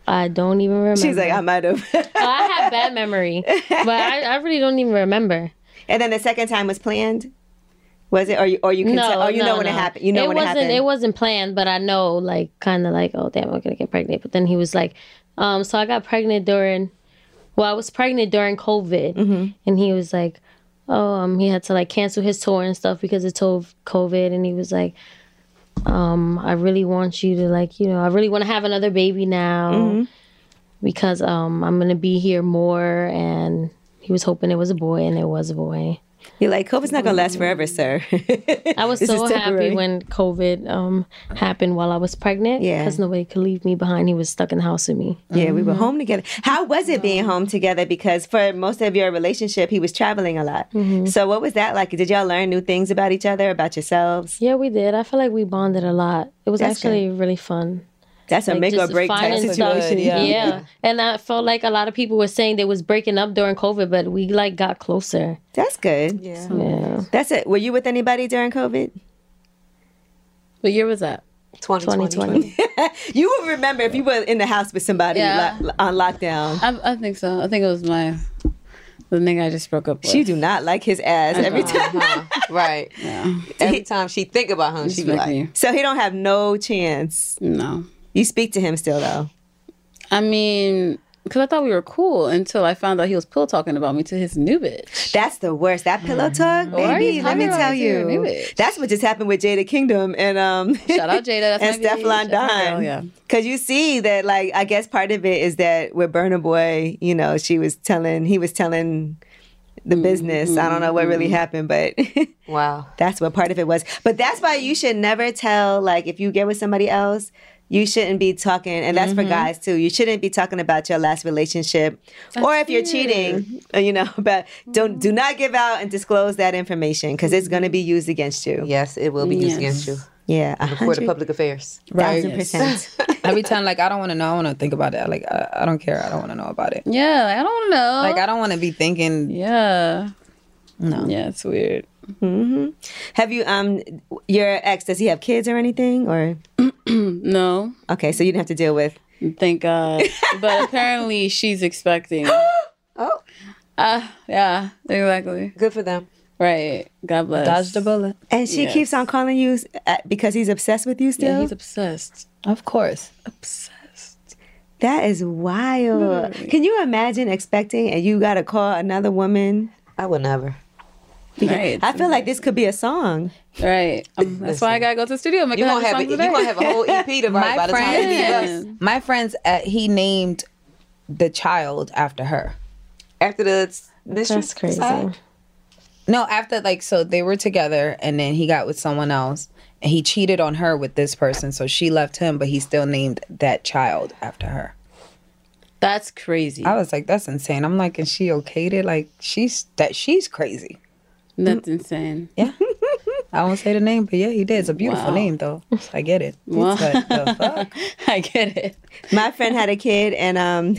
I don't even remember. She's like, I might have. oh, I have bad memory, but I, I really don't even remember. And then the second time was planned. Was it? Or you? Or you can tell? Oh, you know when it happened. You know it when wasn't, it happened. wasn't planned, but I know, like, kind of like, oh damn, I'm gonna get pregnant. But then he was like, um, so I got pregnant during, well, I was pregnant during COVID, Mm-hmm. and he was like, oh, um, he had to like cancel his tour and stuff because of to- COVID, and he was like, um, I really want you to like, you know, I really want to have another baby now Mhm. because um, I'm gonna be here more, and he was hoping it was a boy, and it was a boy. You're like, COVID's not gonna last forever, sir. I was This so is temporary. happy when COVID um, happened while I was pregnant. Yeah. Because nobody could leave me behind. He was stuck in the house with me. Yeah, we were home together. How was it being home together? Because for most of your relationship, he was traveling a lot. Mm-hmm. So, what was that like? Did y'all learn new things about each other, about yourselves? Yeah, we did. I feel like we bonded a lot. It was That's actually really fun. That's a Like, make or just break type finding stuff. situation. yeah. And I felt like a lot of people were saying they was breaking up during COVID, but we like got closer. That's good. Yeah. Yeah. That's it. Were you with anybody during COVID? What year was that? 2020. 2020. you would remember if you were in the house with somebody Yeah. lo- on lockdown. I, I think so. I think it was my the nigga I just broke up with. She do not like his ass every time. Right. Every time she think about him, she be like, So he don't have no chance. No. You speak to him still though. I mean, because I thought we were cool until I found out he was pill talking about me to his new bitch. That's the worst. That pillow Mm. talk, Oh, Why are baby. Let you talking me about tell it to your new you, bitch? that's what just happened with Jada Kingdom and um Shout out Jada. That's and my bitch. Stefflon That's my girl, Don. yeah. Cause you see that, like, I guess part of it is that with Burner Boy, you know, she was telling, he was telling Mm-hmm, the business. I don't know what really happened, but wow, that's what part of it was. But that's why you should never tell, like, if you get with somebody else, you shouldn't be talking, and that's Mm-hmm. for guys too. You shouldn't be talking about your last relationship, or if you're cheating, uh, you know. But don't Mm. do not give out and disclose that information because it's going to be used against you. Yes, it will be used against you. Yeah, in the court of public affairs. Thousand percent. Every time, like I don't want to know. I want to think about that. Like I, I don't care. I don't want to know about it. Yeah, like, I don't want to know. Like I don't want to be thinking. Yeah. No. Yeah, it's weird. hmm Have you um your ex? Does he have kids or anything? Or no. Okay, so you didn't have to deal with. Thank God. but apparently she's expecting. oh. Uh, yeah, exactly. Good for them. Right. God bless. Dodged a bullet. And she keeps on calling you uh, because he's obsessed with you still. he's obsessed. Of course. Obsessed. That is wild. Can you imagine expecting and you got to call another woman? I would never. Right. I feel like this could be a song. Right. Um, that's why I gotta go to the studio. Make You a gonna hundred have songs a- today. you gonna have a whole EP to write by the time it friends, my friends, uh, he named the child after her. After the mistress, That's crazy. No, after like so they were together and then he got with someone else and he cheated on her with this person, so she left him, but he still named that child after her. That's crazy. I was like, that's insane. I'm like, is she okay to like she's that she's crazy. That's insane. Yeah. I won't say the name, but yeah, he did. It's a beautiful Wow. name though. I get it. Wow. But the fuck? I get it. My friend had a kid, and um,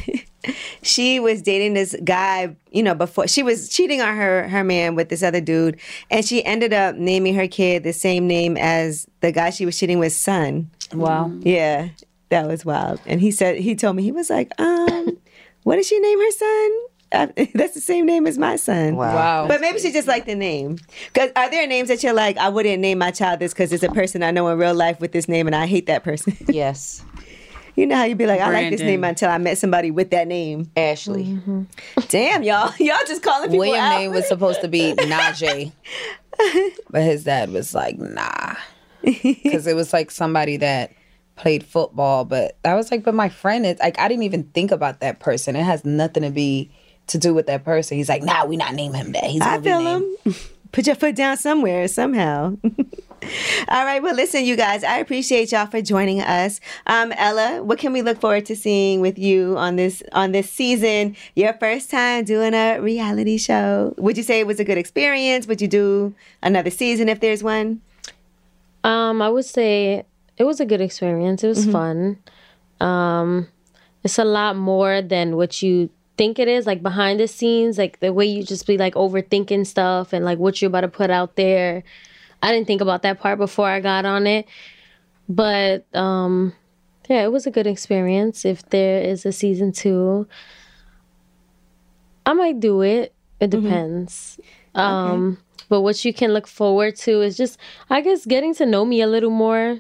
she was dating this guy. You know, before she was cheating on her her man with this other dude, and she ended up naming her kid the same name as the guy she was cheating with. Son. Wow. Yeah, that was wild. And he said he told me he was like, um, what did she name her son? I- Uh, That's the same name as my son. Wow. Wow. But maybe she just liked the name. Cause are there names that you're like, I wouldn't name my child this because it's a person I know in real life with this name, and I hate that person. Yes. You know how you'd be like, I like this Brandon. name until I met somebody with that name. Ashley. Damn, y'all. Y'all just calling people William out. name was supposed to be Najee, but his dad was like, nah, because it was like somebody that played football. But I was like, but my friend is like, I didn't even think about that person. It has nothing to be to do with that person. He's like, nah, we not name him that. He's I gonna be feel him. Put your foot down somewhere, somehow. All right. Well, listen, you guys, I appreciate y'all for joining us. Um, Ella, what can we look forward to seeing with you on this on this season? Your first time doing a reality show. Would you say it was a good experience? Would you do another season if there's one? Um, I would say it was a good experience. It was Mm-hmm. fun. Um, it's a lot more than what you think it is. Like behind the scenes, like the way you just be like overthinking stuff and like what you're about to put out there. I didn't think about that part before I got on it, but um, yeah, it was a good experience. If there is a season two, I might do it. It depends. Um, but what you can look forward to is just, I guess, getting to know me a little more.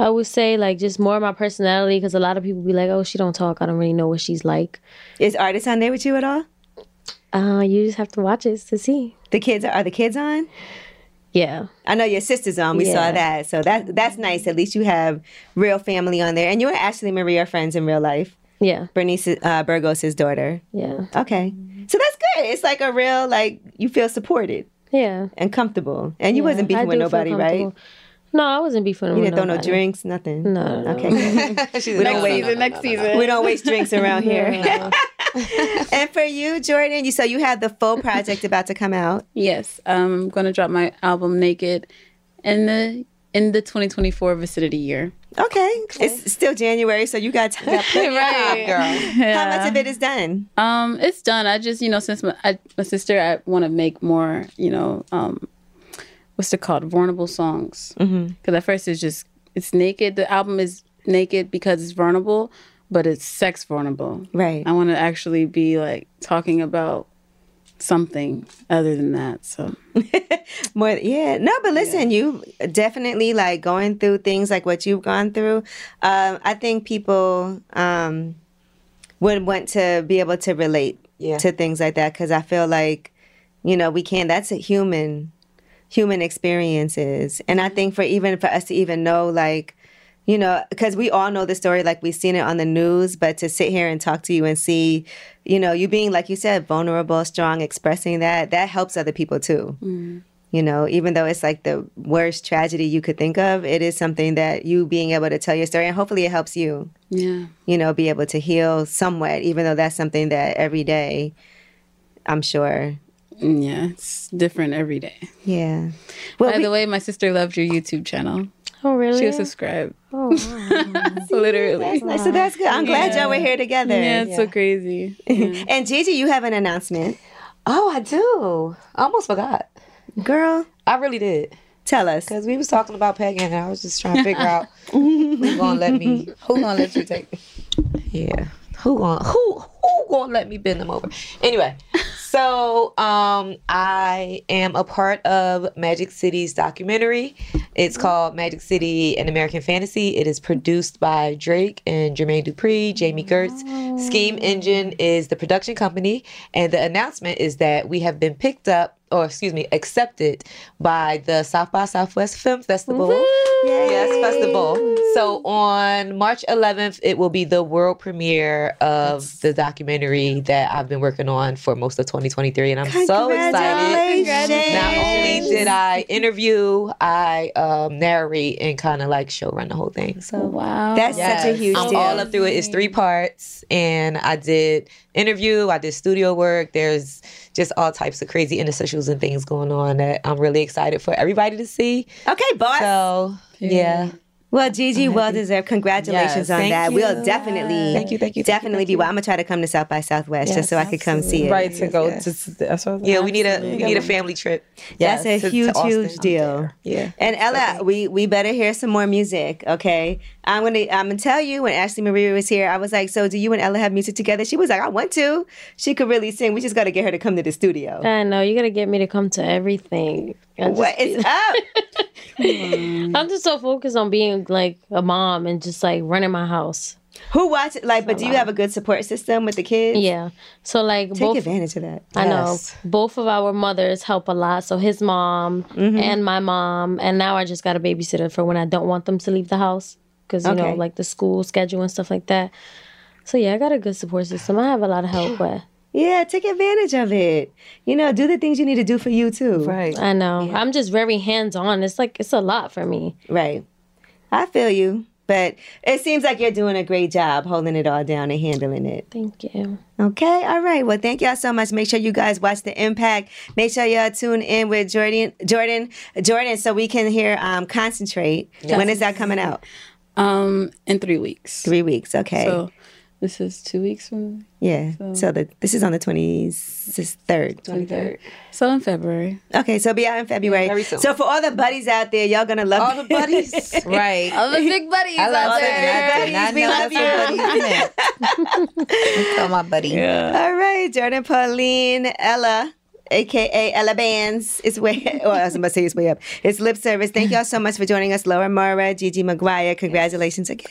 I would say, like, just more of my personality because a lot of people be like, "Oh, she don't talk. I don't really know what she's like." Is artists on there with you at all? Uh, you just have to watch it to see. The kids are the kids on? Yeah. I know your sister's on. We saw Yeah. that. So that that's nice. At least you have real family on there. And you and Ashley Marie are friends in real life. Yeah. Bernice uh, Burgos' daughter. Yeah. Okay. So that's good. It's like a real, like, you feel supported Yeah. and comfortable. And you Yeah, wasn't beefing I with do feel nobody, right? comfortable. No, I wasn't beefing You with didn't throw no nobody. drinks, nothing? No. Okay. good. We don't next wait- season, next season. We don't waste drinks around here. No. and for you, Jordan, you so you had the full project about to come out. Yes, I'm gonna drop my album Naked in the in the 2024 vicinity year. Okay. It's still January, so you got time. Right. How Yeah. much of it is done? Um, it's done. I just you know since my I, my sister, I want to make more. You know, um, what's it called? Vulnerable songs. Because Mm-hmm. at first it's just it's naked. The album is naked because it's vulnerable, but it's sex vulnerable. Right. I want to actually be like talking about something other than that. So. More, yeah, no, but listen, you definitely like going through things like what you've gone through. Um, I think people um, would want to be able to relate Yeah. to things like that because I feel like you know we can. That's a human, human experiences, and I think for even for us to even know like. You know, because we all know the story, like we've seen it on the news, but to sit here and talk to you and see, you know, you being, like you said, vulnerable, strong, expressing that, that helps other people too you know even though it's like the worst tragedy you could think of it is something that you being able to tell your story and hopefully it helps you Yeah. you know be able to heal somewhat even though that's something that every day i'm sure Mm, Yeah, it's different every day. yeah By the way, my sister loved your YouTube channel. Oh, really? She was subscribed. Oh, Literally. that's nice. so that's good i'm glad Yeah. y'all were here together Yeah, it's so crazy. and gigi you have an announcement Oh, I do. I almost forgot. Girl. I really did. Tell us. Because we was talking about Peggy and I was just trying to figure out who gonna let me who gonna let you take Yeah. Who gonna who who gonna let me bend them over? Anyway, so um I am a part of Magic City's documentary. It's called Magic City and American Fantasy. It is produced by Drake and Jermaine Dupri, Jamie Gertz. Scheme Engine is the production company, and the announcement is that we have been picked up or excuse me, accepted by the South by Southwest Film Festival. Yes, festival. So on March 11th, it will be the world premiere of the documentary that I've been working on for most of 2023, and I'm so excited. Not only did I interview, I um, narrate and kind of like show run the whole thing. So wow, That's such a huge I'm deal. all up through it. It's three parts, and I did interview, I did studio work. There's just all types of crazy interstitials and things going on that I'm really excited for everybody to see. Okay, boss. So yeah. Well, Gigi, well deserved. Congratulations Yes, on thank that. you. We'll definitely, Thank you, thank you, definitely be. Well, I'm gonna try to come to South by Southwest just so I could come see it. Right to go to. That's what Yeah, we need a we need a family trip. That's Yeah, a to- to huge, Austin. huge deal. Yeah. And Ella, we we better hear some more music, okay? I'm gonna I'm gonna tell you when Ashley Marie was here, I was like, so do you and Ella have music together? She was like, I want to. She could really sing. We just gotta get her to come to the studio. Uh, I know you're gonna get me to come to everything. I just What is up? I'm just so focused on being like a mom and just like running my house. Who watches? Like, but do you have a good support system with the kids? Yeah. So like, Take both- advantage of that. I Yes. know both of our mothers help a lot. So his mom Mhm. and my mom, and now I just got a babysitter for when I don't want them to leave the house because you know Okay. like the school schedule and stuff like that. So yeah, I got a good support system. I have a lot of help with. Yeah, take advantage of it. You know, do the things you need to do for you too. Right. I know. I'm just very hands on. It's like it's a lot for me. Right. I feel you. But it seems like you're doing a great job holding it all down and handling it. Thank you. Okay, all right. Well, thank y'all so much. Make sure you guys watch the impact. Make sure y'all tune in with Jordan, Jordan, Jordan, so we can hear um, concentrate. Yes. When is that coming out? Um, in three weeks. Three weeks. Okay. So this is two weeks from yeah. So, so- the, this is on the twenty third. twenty third. So in February. Okay, so it'll be out in February. very soon. So for all the buddies out there, y'all gonna love All the buddies. Right. All the big buddies I love out all the there. big buddies. I We know love you. that's what buddies Tell my buddy. All right, Jordan Pauline Ella. AKA Ella Bands. It's way, oh, well, I was about to say it's way up. It's lip service. Thank y'all so much for joining us, Laura Mara, Gigi McGuire. Congratulations again.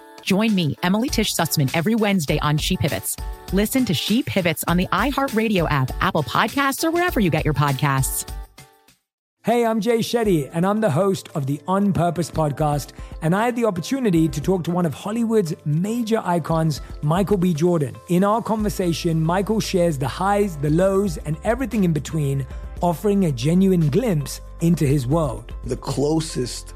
Join me, Emily Tish Sussman, every Wednesday on She Pivots. Listen to She Pivots on the iHeartRadio app, Apple Podcasts, or wherever you get your podcasts. Hey, I'm Jay Shetty, and I'm the host of the On Purpose podcast. And I had the opportunity to talk to one of Hollywood's major icons, Michael B. Jordan. In our conversation, Michael shares the highs, the lows, and everything in between, offering a genuine glimpse into his world. The closest